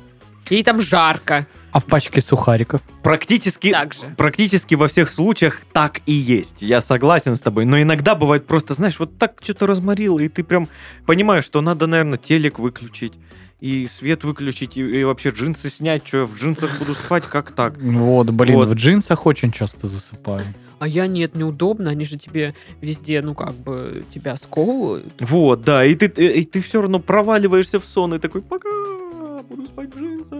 Speaker 1: Ей там жарко.
Speaker 2: А в пачке сухариков?
Speaker 3: Практически,
Speaker 1: Так же.
Speaker 3: практически во всех случаях так и есть. Я согласен с тобой. Но иногда бывает просто, знаешь, вот так что-то разморило, и ты прям понимаешь, что надо, наверное, телек выключить, и свет выключить, и, и вообще джинсы снять, что я в джинсах буду спать, как так?
Speaker 2: Вот, блин,
Speaker 3: Вот.
Speaker 2: в джинсах очень часто засыпаю.
Speaker 1: А я нет, неудобно. Они же тебе везде, ну, как бы, тебя сковывают.
Speaker 3: Вот, да, и ты, э, и ты все равно проваливаешься в сон и такой, пока, буду спать в джинсах.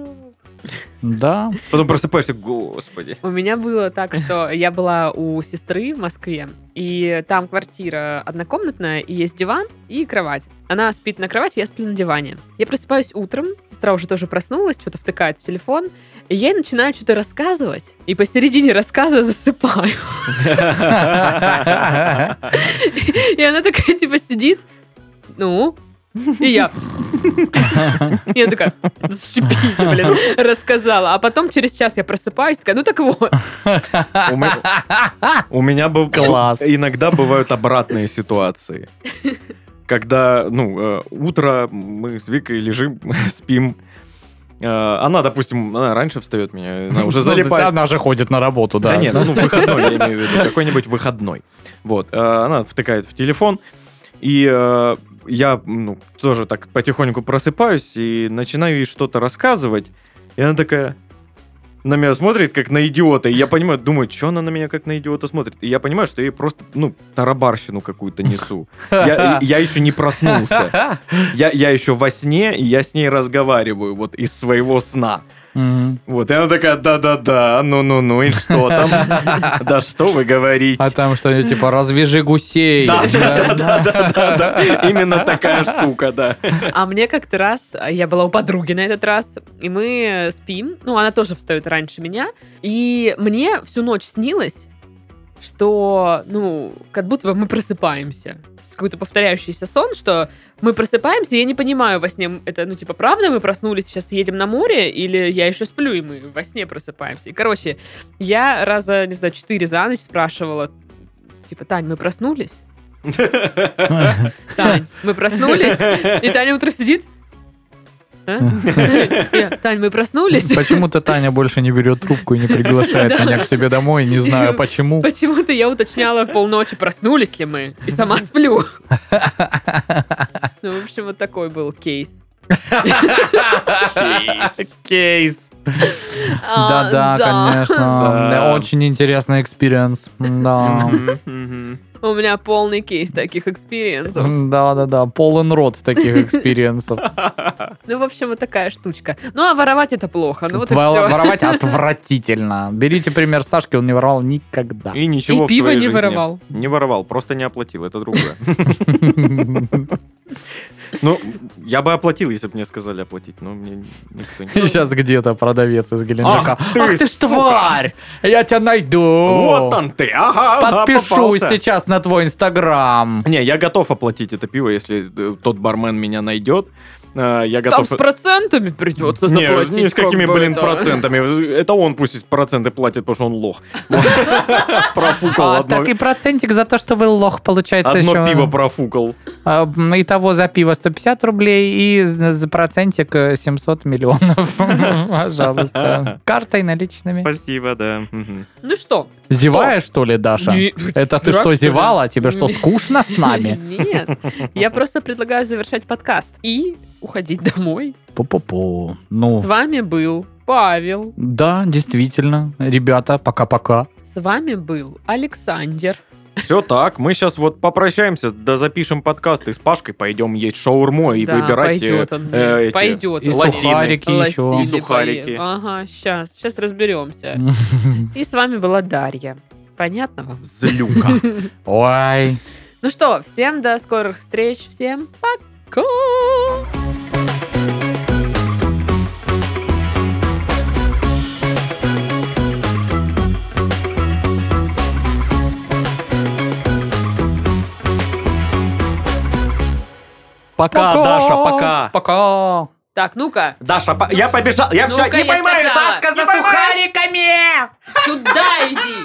Speaker 2: Да.
Speaker 3: Потом просыпаешься, господи.
Speaker 1: У меня было так, что я была у сестры в Москве, и там квартира однокомнатная, и есть диван и кровать. Она спит на кровати, я сплю на диване. Я просыпаюсь утром, сестра уже тоже проснулась, что-то втыкает в телефон, и я ей начинаю что-то рассказывать, и посередине рассказа засыпаю. И она такая, типа, сидит, ну, и я... И она такая, зашибись, блин, рассказала. А потом через час я просыпаюсь, такая, ну так вот.
Speaker 3: У ме- У меня был
Speaker 2: Класс.
Speaker 3: Иногда бывают обратные ситуации. Когда, ну, э, утро, мы с Викой лежим, спим. Э, Она, допустим, она раньше встает меня, она уже залипает.
Speaker 2: Ну, Она же ходит на работу, да.
Speaker 3: Да нет, ну, выходной, я имею в виду, какой-нибудь выходной. Вот, э, она втыкает в телефон, и э, я, ну, тоже так потихоньку просыпаюсь и начинаю ей что-то рассказывать, и она такая на меня смотрит, как на идиота, и я понимаю, думаю, что она на меня как на идиота смотрит, и я понимаю, что я ей просто, ну, тарабарщину какую-то несу. Я, я еще не проснулся. Я, я еще во сне, и я с ней разговариваю вот из своего сна.
Speaker 2: Мгм.
Speaker 3: Вот, и она такая, да-да-да, ну-ну-ну, и что там? Да что вы говорите?
Speaker 2: А там что-нибудь типа «развяжи гусей».
Speaker 3: Да,
Speaker 2: Да.
Speaker 3: да, да, да, да, да. Именно такая штука, да.
Speaker 1: А мне как-то раз, а я была у подруги на этот раз, и мы спим, ну, она тоже встает раньше меня, и мне всю ночь снилось, что, ну, как будто бы мы просыпаемся. какой-то повторяющийся сон, что мы просыпаемся, и я не понимаю во сне, это, ну, типа, правда мы проснулись, сейчас едем на море, или я еще сплю, и мы во сне просыпаемся. И, короче, я раза, не знаю, четыре за ночь спрашивала, типа, Тань, мы проснулись? Тань, мы проснулись? И Таня утром сидит, а? Я, Тань, мы проснулись?
Speaker 5: Почему-то Таня больше не берет трубку и не приглашает
Speaker 1: Да.
Speaker 5: меня к себе домой, не знаю почему.
Speaker 1: Почему-то я уточняла в полночи, проснулись ли мы, и сама сплю. Ну, в общем, вот такой был кейс.
Speaker 2: Кейс.
Speaker 1: А,
Speaker 5: Да-да, конечно.
Speaker 3: Да.
Speaker 5: Очень интересный экспириенс. Да.
Speaker 3: Мгм, мгм.
Speaker 1: У меня полный кейс таких экспириенсов.
Speaker 5: Да-да-да, полон рот таких экспириенсов.
Speaker 1: Ну, в общем, вот такая штучка. Ну, а воровать это плохо. Ну, вот и
Speaker 2: Вор-
Speaker 1: все.
Speaker 2: Воровать от
Speaker 5: Отвратительно. Берите пример Сашки, он не воровал никогда.
Speaker 3: И ничего
Speaker 1: И
Speaker 3: в
Speaker 1: пиво
Speaker 3: своей
Speaker 1: не
Speaker 3: жизни.
Speaker 1: воровал.
Speaker 3: Не воровал, просто не оплатил, это другое. Ну, я бы оплатил, если бы мне сказали оплатить, но мне никто не...
Speaker 5: Сейчас где-то продавец из Геленджика.
Speaker 2: Ах ты ж тварь! Я тебя найду!
Speaker 3: Вот он ты, ага, ага,
Speaker 5: Подпишусь
Speaker 3: попался.
Speaker 5: сейчас на твой инстаграм.
Speaker 3: Не, я готов оплатить это пиво, если э, тот бармен меня найдет. Э, Я
Speaker 1: Там
Speaker 3: готов...
Speaker 1: с процентами придется
Speaker 3: Не,
Speaker 1: заплатить.
Speaker 3: ни с какими,
Speaker 1: как бы
Speaker 3: блин,
Speaker 1: это.
Speaker 3: процентами. Это он пусть проценты платит, потому что он лох. Профукал
Speaker 2: А,
Speaker 3: одно.
Speaker 2: так и процентик за то, что вы лох, получается,
Speaker 3: Одно
Speaker 2: еще.
Speaker 3: пиво профукал.
Speaker 2: А, м, Итого за пиво 150 рублей и за за процентик э, 700 миллионов. Пожалуйста. Картой, наличными.
Speaker 3: Спасибо, да. Мгм.
Speaker 1: Ну что?
Speaker 5: Зеваешь, что ли, Даша?
Speaker 1: Не-
Speaker 5: Это ты что,
Speaker 1: дурак, что ли?
Speaker 5: зевала? Тебе что, скучно с нами?
Speaker 1: Нет. Я просто предлагаю завершать подкаст и уходить домой.
Speaker 5: Пу-пу-пу.
Speaker 1: С
Speaker 5: Ну,
Speaker 1: вами был Павел.
Speaker 5: да, действительно. Ребята, пока-пока.
Speaker 1: С вами был Александр.
Speaker 3: Все так, мы сейчас вот попрощаемся, да запишем подкаст и с Пашкой пойдем есть шаурму и
Speaker 1: Да,
Speaker 3: выбирать... э,
Speaker 1: пойдет он.
Speaker 3: э, эти-
Speaker 1: пойдет.
Speaker 5: И
Speaker 1: он.
Speaker 3: лосины.
Speaker 5: сухарики еще.
Speaker 1: Лосины
Speaker 3: И сухарики.
Speaker 1: поел. Ага, сейчас, сейчас разберемся. И с вами была Дарья. Понятно вам?
Speaker 3: Злюка.
Speaker 5: Ой.
Speaker 1: Ну что, всем до скорых встреч, всем пока!
Speaker 3: Пока, Даша, пока.
Speaker 5: Пока.
Speaker 1: Так, ну-ка,
Speaker 3: Даша, по- я побежал, я
Speaker 1: Ну-ка,
Speaker 3: все, не
Speaker 1: я
Speaker 3: поймаю.
Speaker 1: сказала.
Speaker 3: не поймаю.
Speaker 2: сухариками!
Speaker 1: сюда иди!